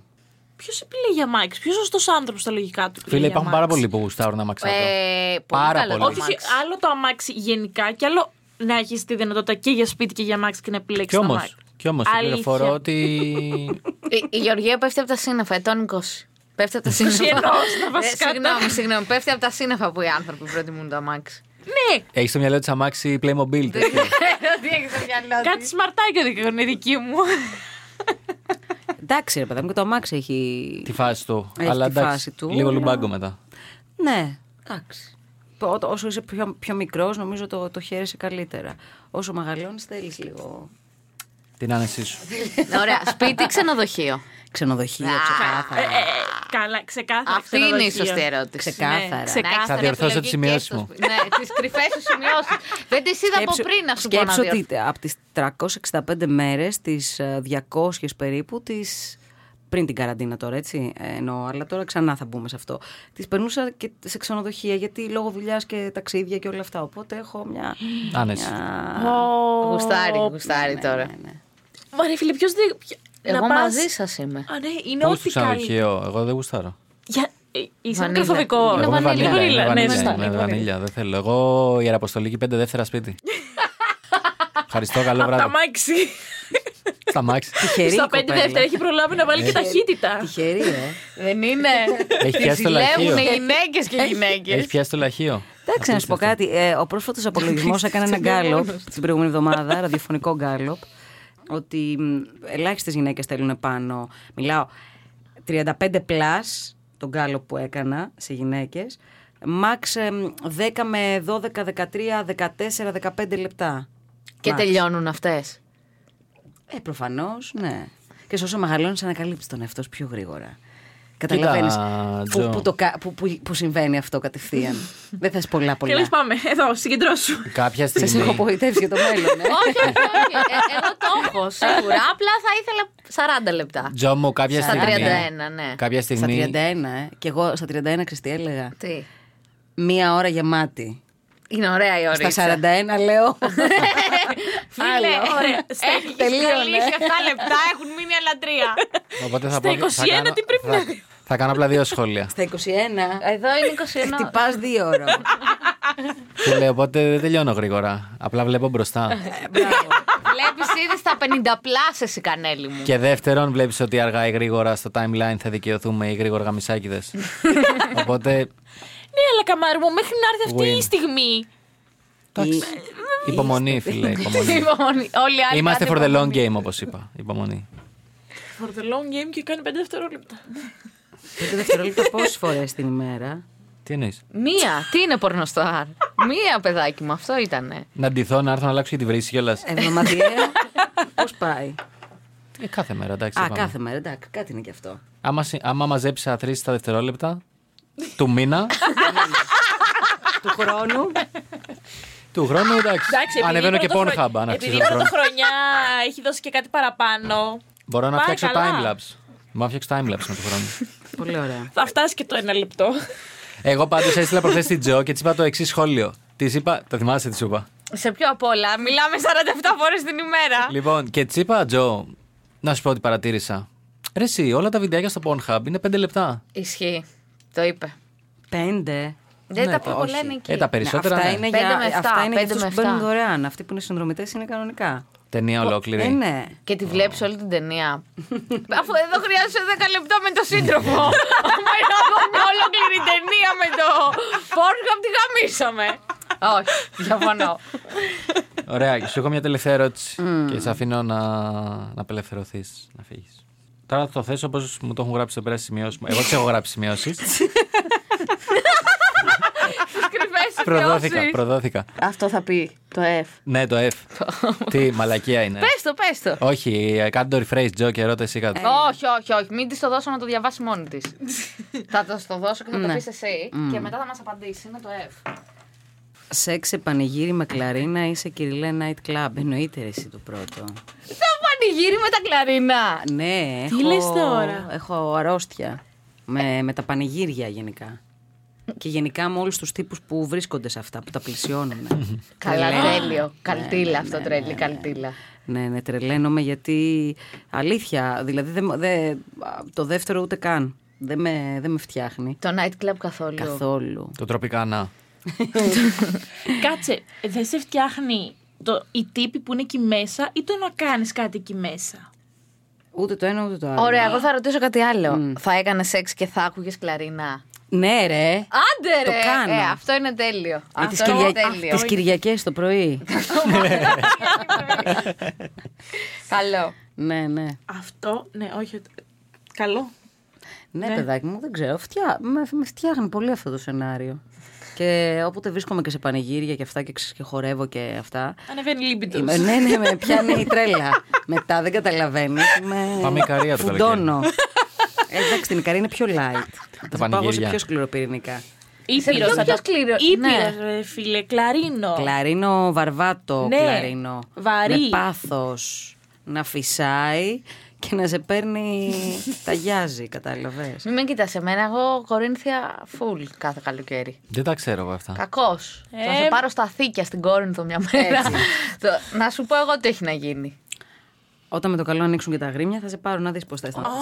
[SPEAKER 4] Ποιος επιλέγει αμάξι, ποιο σωστό άνθρωπος στα λογικά του.
[SPEAKER 2] Φίλε,
[SPEAKER 4] επιλέγει
[SPEAKER 2] υπάρχουν πάρα
[SPEAKER 4] αμάξι.
[SPEAKER 2] πολλοί που γουστάρουν αμαξάτο.
[SPEAKER 3] Ε, πολύ
[SPEAKER 2] Πάρα
[SPEAKER 3] καλό το
[SPEAKER 2] πολύ.
[SPEAKER 4] Όχι,
[SPEAKER 3] αμάξι.
[SPEAKER 4] εσύ, άλλο το αμάξι γενικά και άλλο να έχεις τη δυνατότητα και για σπίτι και για αμάξι και να επιλέξεις.
[SPEAKER 2] Κι όμω, κι όμως, σε πληροφορώ ότι.
[SPEAKER 3] Η- Η Γεωργία πέφτει από τα σύννεφα, ετών 20. Πέφτει από τα σύννεφα.
[SPEAKER 4] εννοώ, να
[SPEAKER 3] Ε,
[SPEAKER 4] βάζεις κάτω.
[SPEAKER 3] Συγγνώμη, συγγνώμη. Πέφτει από τα σύννεφα που οι άνθρωποι προτιμούν το αμάξι.
[SPEAKER 4] Ναι,
[SPEAKER 2] Έχεις στο μυαλό της αμάξι Playmobil. τέτοιο.
[SPEAKER 3] Τι έχει στο μυαλό
[SPEAKER 4] κάτι σμαρτάκια δεν είναι δική μου.
[SPEAKER 5] Εντάξει, ρε παιδί μου, και το αμάξι έχει.
[SPEAKER 2] τη φάση του.
[SPEAKER 5] Έχει
[SPEAKER 2] Αλλά
[SPEAKER 5] τη
[SPEAKER 2] εντάξει,
[SPEAKER 5] φάση του,
[SPEAKER 2] λίγο
[SPEAKER 5] αλλά-
[SPEAKER 2] λουμπάγκο μετά.
[SPEAKER 5] Ναι. Εντάξει. Ό- Όσο είσαι πιο, πιο μικρός, νομίζω το, το χαίρεσαι καλύτερα. Όσο μεγαλώνεις, θέλεις λίγο.
[SPEAKER 2] Την άνεσή σου.
[SPEAKER 3] Ωραία. Σπίτι ή ξενοδοχείο.
[SPEAKER 4] Ναι,
[SPEAKER 5] Ξενοδοχείο, ξεκάθαρα.
[SPEAKER 4] Ε, Καλά, ξεκάθαρα.
[SPEAKER 3] Αυτή είναι η
[SPEAKER 4] ξενοδοχείο.
[SPEAKER 3] σωστή ερώτηση.
[SPEAKER 5] ξεκάθαρα.
[SPEAKER 4] Ναι,
[SPEAKER 3] Να
[SPEAKER 4] ξεκάθαρα.
[SPEAKER 3] έχεις την
[SPEAKER 2] διορθώσω
[SPEAKER 3] επιλογή
[SPEAKER 2] τις σημειώσεις
[SPEAKER 3] και στο
[SPEAKER 2] μου.
[SPEAKER 3] σπίτι. Ναι, τις κρυφές σου σημειώσεις. Δεν τις είδα από πριν να σου πω να
[SPEAKER 5] σκέψου
[SPEAKER 3] διορθώ.
[SPEAKER 5] ότι από τις 365 μέρες, τις ε, 200 περίπου, τις, πριν την καραντίνα τώρα, έτσι, ε, εννοώ, αλλά τώρα ξανά θα μπούμε σε αυτό. Τις περνούσα και σε ξενοδοχεία, γιατί λόγω δουλειάς και ταξίδια και όλα αυτά, οπότε έχω
[SPEAKER 3] [GASPS]
[SPEAKER 5] μια...
[SPEAKER 2] Άνεση.
[SPEAKER 5] μια...
[SPEAKER 4] Ω, ναι,
[SPEAKER 3] Γουστάρι, γουστάρι τώρα.
[SPEAKER 4] Μα ρε φίλε, ποιος δεν. ποια-
[SPEAKER 3] Εγώ
[SPEAKER 4] να πας-
[SPEAKER 3] μαζί σας είμαι.
[SPEAKER 4] Α, ναι, είναι
[SPEAKER 2] Πού στο
[SPEAKER 4] ό,τι κάνει.
[SPEAKER 2] ξενοδοχείο, εγώ δεν γουστάρω.
[SPEAKER 4] Για... ε, Είσαι ένα
[SPEAKER 3] Βανίλα.
[SPEAKER 4] καθοδικό.
[SPEAKER 3] Είναι
[SPEAKER 2] Εγώ με
[SPEAKER 3] βανίλια.
[SPEAKER 2] βανίλια.
[SPEAKER 4] Βανίλα,
[SPEAKER 2] είμαι
[SPEAKER 4] ναι,
[SPEAKER 2] βανίλια,
[SPEAKER 4] σωστά.
[SPEAKER 2] είμαι βανίλια, δεν θέλω. Εγώ η Αραποστολική πέντε δεύτερα σπίτι. Ευχαριστώ, καλό
[SPEAKER 4] Απ' τα
[SPEAKER 2] βράδυ.
[SPEAKER 4] μάξι.
[SPEAKER 2] [LAUGHS] Στα μάξι.
[SPEAKER 5] Τυχερή
[SPEAKER 4] Στα
[SPEAKER 5] η
[SPEAKER 4] πέντε
[SPEAKER 5] κοπέλα.
[SPEAKER 4] δεύτερα έχει προλάβει
[SPEAKER 2] Ναι.
[SPEAKER 4] να βάλει και ταχύτητα.
[SPEAKER 5] Τυχερή, ε.
[SPEAKER 3] Δεν είναι.
[SPEAKER 2] Έχει πιάσει το
[SPEAKER 3] Ζηλεύουν
[SPEAKER 2] λαχείο.
[SPEAKER 3] γυναίκες και γυναίκες.
[SPEAKER 2] Έχει πιάσει το λαχείο.
[SPEAKER 5] Εντάξει, να σου πω κάτι. Ε, ο πρόσφατος απολογισμό έκανε ένα γκάλωπ την προηγούμενη εβδομάδα, [LAUGHS] ραδιοφωνικό γκάλωπ, ότι ελάχιστες γυναίκες θέλουν πάνω. Μιλάω 35 plus τον γκάλωπ που έκανα σε γυναίκες. Μαξ 10 με 12, 13, 14, 15 λεπτά.
[SPEAKER 3] Και
[SPEAKER 5] Max.
[SPEAKER 3] τελειώνουν αυτές.
[SPEAKER 5] Ε, προφανώς, ναι. Και σε όσο μεγαλώνεις, ανακαλύπτεις τον εαυτό σου πιο γρήγορα. Καταλαβαίνεις που,
[SPEAKER 2] Τζο.
[SPEAKER 5] που, το κα- που, που, που συμβαίνει αυτό κατευθείαν. Δεν θες πολλά πολλά.
[SPEAKER 4] Καλώς πάμε. Εδώ, συγκεντρώσου.
[SPEAKER 2] Κάποια
[SPEAKER 5] Σε έχω
[SPEAKER 2] στιγμή.
[SPEAKER 5] απογοητεύσει για το μέλλον. ε.
[SPEAKER 3] [LAUGHS] όχι, όχι, όχι. Ε, εγώ το έχω σίγουρα. Απλά θα ήθελα 40 λεπτά.
[SPEAKER 2] Τζο μου, κάποια
[SPEAKER 3] Στα
[SPEAKER 2] στιγμή.
[SPEAKER 3] 31, ναι.
[SPEAKER 2] Κάποια
[SPEAKER 5] Στα
[SPEAKER 2] στιγμή.
[SPEAKER 5] 31, ε. Και εγώ στα 31 ξέρεις τι έλεγα.
[SPEAKER 3] Τι.
[SPEAKER 5] Μία ώρα γεμάτη.
[SPEAKER 3] Είναι ωραία η ώρα.
[SPEAKER 5] Στα 41
[SPEAKER 3] [LAUGHS]
[SPEAKER 5] λέω.
[SPEAKER 4] Φίλε, ωραία. Στα
[SPEAKER 3] Έχεις
[SPEAKER 5] τελείωνε.
[SPEAKER 4] καλύψει 7 λεπτά, έχουν μείνει άλλα τρία.
[SPEAKER 2] Οπότε θα
[SPEAKER 4] Στα
[SPEAKER 2] πω-
[SPEAKER 4] 21
[SPEAKER 2] κάνω-
[SPEAKER 4] τι πρέπει να
[SPEAKER 2] θα- Θα κάνω απλά δύο σχόλια.
[SPEAKER 5] Στα 21.
[SPEAKER 3] Εδώ είναι 21.
[SPEAKER 5] Χτυπάς δύο ώρο.
[SPEAKER 3] [LAUGHS]
[SPEAKER 2] Φίλε, οπότε δεν τελειώνω γρήγορα. Απλά βλέπω μπροστά.
[SPEAKER 3] Βλέπεις ήδη στα 50 πλάσε η κανέλη μου.
[SPEAKER 2] Και δεύτερον, βλέπεις ότι αργά ή γρήγορα στο timeline θα δικαιωθούμε ή γρήγορα γαμισάκιδε. Οπότε.
[SPEAKER 4] Ναι, αλλά καμάρι μου, μέχρι να έρθει αυτή
[SPEAKER 2] Win.
[SPEAKER 4] η στιγμή.
[SPEAKER 2] Εντάξει. Υπομονή, φίλε. Υπομονή.
[SPEAKER 3] Υπομονή. Λοιπόν, Όλοι οι άλλοι
[SPEAKER 2] Είμαστε
[SPEAKER 3] κάντε
[SPEAKER 2] for the long
[SPEAKER 3] υπομονή.
[SPEAKER 2] game, όπως είπα. Υπομονή.
[SPEAKER 4] For the long game και κάνει 5 δευτερόλεπτα.
[SPEAKER 5] Το δευτερόλεπτο πόσες φορές την ημέρα.
[SPEAKER 2] Τι εννοείς.
[SPEAKER 3] Μία. Τι είναι πορνοστάρ. Μία, παιδάκι μου, αυτό ήτανε.
[SPEAKER 2] Να ντυθώ, να έρθω να αλλάξω και τη βρύση κιόλας.
[SPEAKER 3] [LAUGHS]
[SPEAKER 4] Ε.
[SPEAKER 5] Εβδομαδιαία. Πώς πάει.
[SPEAKER 2] Ε, κάθε μέρα, εντάξει.
[SPEAKER 5] Α,
[SPEAKER 2] είπαμε.
[SPEAKER 5] κάθε μέρα, εντάξει, κάτι είναι κι αυτό.
[SPEAKER 2] Άμα, συ- άμα μαζέψει θρήσει στα δευτερόλεπτα του
[SPEAKER 4] [LAUGHS]
[SPEAKER 2] μήνα,
[SPEAKER 5] Του χρόνου.
[SPEAKER 2] του χρόνου, εντάξει.
[SPEAKER 4] Εντάξει, επειδή
[SPEAKER 2] Ανεβαίνω
[SPEAKER 4] η
[SPEAKER 2] και
[SPEAKER 4] πρωτοχρονιά-
[SPEAKER 2] Pornhub αν αυξήσω
[SPEAKER 4] Επειδή η
[SPEAKER 2] τον χρόνο.
[SPEAKER 4] πρωτοχρονιά έχει δώσει και κάτι παραπάνω.
[SPEAKER 2] Μπορώ να
[SPEAKER 4] Πάει
[SPEAKER 2] φτιάξω
[SPEAKER 4] καλά.
[SPEAKER 2] timelapse. Μπορώ να φτιάξω timelapse με του χρόνου.
[SPEAKER 5] Πολύ ωραία.
[SPEAKER 4] Θα φτάσει και το ένα λεπτό.
[SPEAKER 2] Εγώ πάντως έστειλα προχθές την Τζο και της είπα το εξής σχόλιο. Της είπα. Τα θυμάσαι τι σου είπα.
[SPEAKER 3] Σε πιο απ' όλα, μιλάμε 47 φορέ την ημέρα.
[SPEAKER 2] Λοιπόν, και της είπα, Τζο, να σου πω ότι παρατήρησα. Ρε, εσύ, όλα τα βιντεάκια στο Pornhub είναι 5 λεπτά.
[SPEAKER 3] Ισχύει. Το είπε.
[SPEAKER 5] Πέντε.
[SPEAKER 3] Δεν
[SPEAKER 2] Ναι,
[SPEAKER 3] τα πιο
[SPEAKER 2] όχι.
[SPEAKER 3] πολλά είναι εκεί.
[SPEAKER 2] Ε, τα περισσότερα.
[SPEAKER 5] αυτά
[SPEAKER 2] ναι.
[SPEAKER 5] είναι
[SPEAKER 3] Πέντε
[SPEAKER 5] για,
[SPEAKER 3] με εφτά,
[SPEAKER 5] αυτά είναι για
[SPEAKER 3] πέντε
[SPEAKER 5] αυτούς
[SPEAKER 3] με
[SPEAKER 5] που παίρνουν
[SPEAKER 3] εφτά.
[SPEAKER 5] δωρεάν. Αυτοί που είναι συνδρομητές είναι κανονικά.
[SPEAKER 2] Ταινία ολόκληρη.
[SPEAKER 5] Ε, ναι.
[SPEAKER 3] Και τη βλέπεις όλη την ταινία. [LAUGHS] Αφού εδώ χρειάζεσαι 10 λεπτά με το
[SPEAKER 2] [LAUGHS]
[SPEAKER 3] σύντροφο. Άμα είναι από μια ολόκληρη ταινία με το Pornhub, τη γαμίσαμε. Όχι, διαφωνώ.
[SPEAKER 2] Ωραία, σου έχω μια τελευταία ερώτηση και σε αφήνω να, να απελευθερωθείς, να φύγεις. Τώρα θα το θέσω όπως μου το έχουν γράψει εδώ πέρα στις σημειώσεις μου. Εγώ τις έχω γράψει σημειώσει.
[SPEAKER 3] Στι κρυφέ
[SPEAKER 2] προδόθηκα, προδόθηκα.
[SPEAKER 3] Αυτό θα πει το F.
[SPEAKER 2] Ναι, το F. τι μαλακία είναι.
[SPEAKER 3] Πες το, πες το.
[SPEAKER 2] Όχι, ε, κάντε το rephrase, Τζο, και ρώτα εσύ κάτι.
[SPEAKER 3] Όχι, όχι, όχι. Μην της το δώσω να το διαβάσει μόνη [LAUGHS] της. θα το στο δώσω και θα το πεις εσύ και μετά θα μας απαντήσει. Είναι το F.
[SPEAKER 5] Σεξ σε πανηγύρι με κλαρίνα ή σε κυριλέ night club. Εννοείται ρε εσύ το πρώτο.
[SPEAKER 3] Το πανηγύρι με τα κλαρίνα.
[SPEAKER 5] Ναι, έχω,
[SPEAKER 4] Τι λες τώρα?
[SPEAKER 5] έχω αρρώστια με, με τα πανηγύρια γενικά. Και γενικά με όλους τους τύπους που βρίσκονται σε αυτά, που τα
[SPEAKER 3] [LAUGHS]
[SPEAKER 5] πλησιώνουν.
[SPEAKER 3] Καλά,
[SPEAKER 2] Ναι.
[SPEAKER 5] Τρελαίνω.
[SPEAKER 3] τέλειο. Καλτήλα αυτό, τρελή καλτήλα.
[SPEAKER 5] Ναι, ναι, τρελαίνομαι γιατί αλήθεια, δηλαδή δεν μ- δεν- α, το δεύτερο ούτε καν. Δεν με, δεν με φτιάχνει
[SPEAKER 3] Το night club καθόλου.
[SPEAKER 5] καθόλου.
[SPEAKER 2] Το τροπικάνα.
[SPEAKER 4] Κάτσε, δεν σε φτιάχνει το, η τύπη που είναι εκεί μέσα ή το να κάνεις κάτι εκεί μέσα.
[SPEAKER 5] Ούτε το ένα ούτε το άλλο.
[SPEAKER 3] Ωραία, εγώ θα ρωτήσω κάτι άλλο. Θα έκανες σεξ και θα άκουγες κλαρίνα.
[SPEAKER 5] Ναι, ρε.
[SPEAKER 3] Άντε ρε!
[SPEAKER 5] Το κάνω.
[SPEAKER 3] Ε, αυτό είναι τέλειο.
[SPEAKER 5] Με τις
[SPEAKER 3] Αυτό είναι
[SPEAKER 5] Κυρια-
[SPEAKER 3] τέλειο.
[SPEAKER 5] τις Κυριακές το
[SPEAKER 3] [LAUGHS]
[SPEAKER 5] πρωί.
[SPEAKER 3] Καλό.
[SPEAKER 5] ναι, ναι.
[SPEAKER 4] Αυτό, ναι, όχι. Καλό.
[SPEAKER 5] Ναι, παιδάκι μου, δεν ξέρω. Φτιά... Με, με φτιάχνει πολύ αυτό το σενάριο. και όποτε βρίσκομαι και σε πανηγύρια και αυτά και, ξέρεις, και χορεύω και αυτά.
[SPEAKER 4] Ανεβαίνει λίμπιντο.
[SPEAKER 2] Ε,
[SPEAKER 5] είμαι- ναι, ναι, με πιάνει η
[SPEAKER 2] [LAUGHS]
[SPEAKER 5] τρέλα. Μετά δεν καταλαβαίνεις. Με...
[SPEAKER 2] Πάμε Ικαρία το
[SPEAKER 5] Φουντώνω. Ε, εντάξει, την Ικαρία είναι πιο light.
[SPEAKER 2] Τα
[SPEAKER 5] Θα πάω σε
[SPEAKER 2] πανηγύρια.
[SPEAKER 5] πιο σκληροπυρηνικά.
[SPEAKER 4] Ήπειρο,
[SPEAKER 3] πιο σκληρό.
[SPEAKER 4] Ήπειρος, ρε φίλε, κλαρίνο.
[SPEAKER 5] Κλαρίνο βαρβάτο,
[SPEAKER 4] Ναι.
[SPEAKER 5] κλαρίνο.
[SPEAKER 4] Βαρύ.
[SPEAKER 5] Με πάθος. Να φυσάει και να σε παίρνει τα γιάζει, κατάλαβες.
[SPEAKER 3] Μην με κοιτάς εμένα, εγώ Κορίνθια full κάθε καλοκαίρι.
[SPEAKER 2] Δεν τα ξέρω εγώ αυτά.
[SPEAKER 3] Κακός. Θα σε πάρω στα θήκια στην Κόρινθο μια μέρα. [LAUGHS] Το- να σου πω εγώ τι έχει να γίνει.
[SPEAKER 5] Όταν με το καλό ανοίξουν και τα γρήμια, θα σε πάρω να δεις πώς θα αισθανθείς.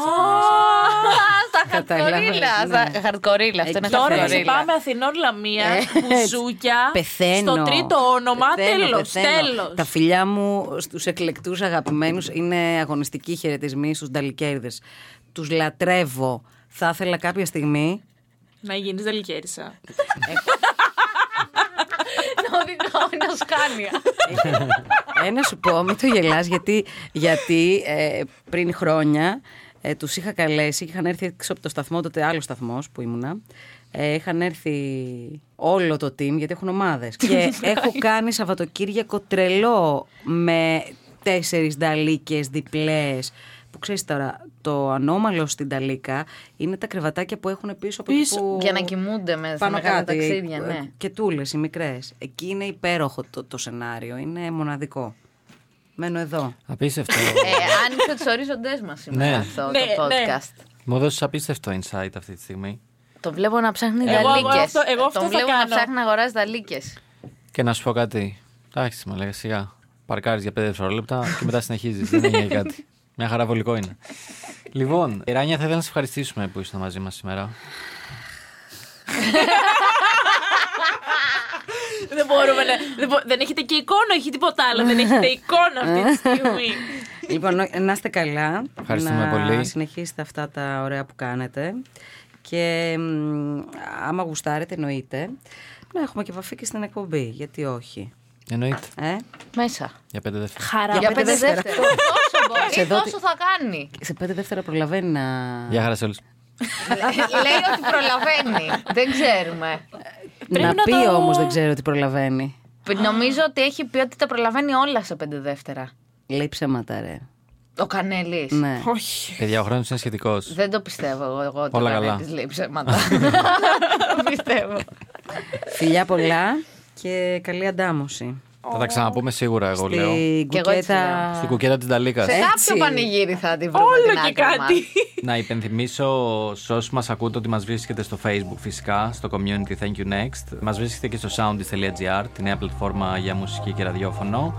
[SPEAKER 3] Στα
[SPEAKER 5] Κατάλαβες,
[SPEAKER 3] χαρτκορίλα.
[SPEAKER 5] ναι.
[SPEAKER 3] Στα χαρτκορίλα. Αυτό είναι
[SPEAKER 5] Εκεί τώρα
[SPEAKER 4] Τώρα
[SPEAKER 5] Καθαρίλα.
[SPEAKER 4] σε
[SPEAKER 3] χαρτκορίλα. [LAUGHS]
[SPEAKER 4] πάμε Αθηνών Λαμία,
[SPEAKER 5] Ε,
[SPEAKER 4] [LAUGHS] Μπουζούκια.
[SPEAKER 5] Πεθαίνω.
[SPEAKER 4] Στο τρίτο όνομα,
[SPEAKER 5] Πεθαίνω,
[SPEAKER 4] τέλος.
[SPEAKER 5] πεθαίνω.
[SPEAKER 4] Τέλος.
[SPEAKER 5] Τα φιλιά μου στους εκλεκτούς αγαπημένους είναι αγωνιστικοί χαιρετισμοί στους νταλικέρδε. Τους λατρεύω. Θα ήθελα κάποια στιγμή.
[SPEAKER 4] Να γίνεις δελικέρισα.
[SPEAKER 3] Το οδηγό είναι ο Σκάνια.
[SPEAKER 5] ε, να σου πω, μην το γελάς, γιατί, γιατί ε, πριν χρόνια ε, τους είχα καλέσει και είχαν έρθει έξω από το σταθμό, τότε άλλο σταθμός που ήμουνα. Ε, είχαν έρθει όλο το team, γιατί έχουν ομάδες. και έχω κάνει Σαββατοκύριακο τρελό με τέσσερις νταλίκες διπλές. που ξέρεις τώρα, το ανώμαλο στην Ταλίκα είναι τα κρεβατάκια που έχουν πίσω από
[SPEAKER 4] Πίσω.
[SPEAKER 5] Που...
[SPEAKER 3] [LAUGHS] Για να κοιμούνται μέσα στα μεγάλα ταξίδια, ναι.
[SPEAKER 5] Και τούλες ε, οι μικρές. Εκεί είναι υπέροχο το, το σενάριο. Είναι μοναδικό. Μένω εδώ.
[SPEAKER 2] Απίστευτο.
[SPEAKER 3] Ε, άνοιξε τους ορίζοντές μας σήμερα
[SPEAKER 2] Ναι.
[SPEAKER 3] αυτό
[SPEAKER 4] Ναι,
[SPEAKER 3] το
[SPEAKER 4] ναι.
[SPEAKER 3] podcast.
[SPEAKER 2] Μου έδωσες απίστευτο insight αυτή τη στιγμή.
[SPEAKER 3] Το βλέπω να ψάχνει
[SPEAKER 4] Εγώ- εγώ
[SPEAKER 3] δαλίκες.
[SPEAKER 4] αυτό- εγώ αυτό
[SPEAKER 3] Τον
[SPEAKER 4] θα
[SPEAKER 3] βλέπω να
[SPEAKER 4] κάνω.
[SPEAKER 3] ψάχνει να αγοράζει δαλίκες.
[SPEAKER 2] Και να σου πω κάτι. Εντάξει, μα λέγα σιγά. Παρκάρεις για 5 δευτερόλεπτα και μετά συνεχίζεις. Δεν έγινε κάτι. Μια χαρά βολικό είναι. Λοιπόν, η Ράνια, θα ήθελα να σε ευχαριστήσουμε που ήσουν μαζί μας σήμερα.
[SPEAKER 4] δεν μπορούμε να. Δεν, μπο- δεν έχετε και εικόνα, έχει τίποτα άλλο. δεν
[SPEAKER 5] [LAUGHS]
[SPEAKER 4] έχετε εικόνα αυτή τη στιγμή.
[SPEAKER 5] λοιπόν, νο- να είστε καλά.
[SPEAKER 2] Ευχαριστούμε
[SPEAKER 5] να
[SPEAKER 2] πολύ.
[SPEAKER 5] συνεχίσετε αυτά τα ωραία που κάνετε. Και μ, άμα γουστάρετε, εννοείται. Να έχουμε και επαφή και στην εκπομπή. Γιατί όχι.
[SPEAKER 2] Εννοείται.
[SPEAKER 5] Ε?
[SPEAKER 3] Μέσα.
[SPEAKER 2] Για 5 δευτερόλεπτα.
[SPEAKER 4] Χαρά.
[SPEAKER 3] Για
[SPEAKER 5] πέντε
[SPEAKER 3] πέντε
[SPEAKER 5] δεύτερα.
[SPEAKER 3] δεύτερα. Τόσο
[SPEAKER 5] Σε
[SPEAKER 3] μπορεί,
[SPEAKER 5] δω
[SPEAKER 3] τόσο θα κάνει.
[SPEAKER 5] Σε πέντε δεύτερα προλαβαίνει να.
[SPEAKER 2] Γεια χαρά σε όλους.
[SPEAKER 3] Λέει ότι προλαβαίνει. Δεν ξέρουμε.
[SPEAKER 5] να
[SPEAKER 4] να
[SPEAKER 5] πει
[SPEAKER 4] το-
[SPEAKER 5] όμως, δεν ξέρω τι προλαβαίνει.
[SPEAKER 3] Νομίζω ότι έχει πει ότι τα προλαβαίνει όλα σε πέντε δεύτερα.
[SPEAKER 5] Λέει ψέματα, ρε.
[SPEAKER 3] Ο Κανέλης.
[SPEAKER 5] Ναι.
[SPEAKER 4] Όχι.
[SPEAKER 2] Παιδιά, ο χρόνος είναι σχετικός.
[SPEAKER 3] Δεν το πιστεύω εγώ. εγώ
[SPEAKER 2] Όλα καλά.
[SPEAKER 3] Τη λέει
[SPEAKER 5] [LAUGHS]
[SPEAKER 3] ψέματα. Το πιστεύω.
[SPEAKER 5] Φιλιά πολλά και καλή αντάμωση.
[SPEAKER 2] Θα τα ξαναπούμε σίγουρα, εγώ λέω.
[SPEAKER 5] Στην
[SPEAKER 3] Κι εγώ έτσι
[SPEAKER 5] κουκέτα.
[SPEAKER 2] Στην κουκέτα της Νταλίκας.
[SPEAKER 3] Σε
[SPEAKER 5] Έτσι.
[SPEAKER 3] κάποιο πανηγύρι θα την βρούμε. την
[SPEAKER 4] Όλο και
[SPEAKER 3] άκρη μας.
[SPEAKER 4] κάτι.
[SPEAKER 2] Να υπενθυμίσω σε όσους μας ακούτε ότι μας βρίσκεται στο Facebook φυσικά, στο community Thank you Next. Μας βρίσκεται και στο soundist.gr, τη νέα πλατφόρμα για μουσική και ραδιόφωνο.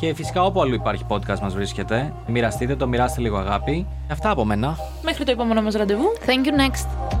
[SPEAKER 2] Και φυσικά όπου αλλού υπάρχει podcast μας βρίσκεται. Μοιραστείτε το, μοιράστε λίγο αγάπη. Αυτά από μένα.
[SPEAKER 4] Μέχρι το επόμενο μας ραντεβού.
[SPEAKER 3] Thank you next.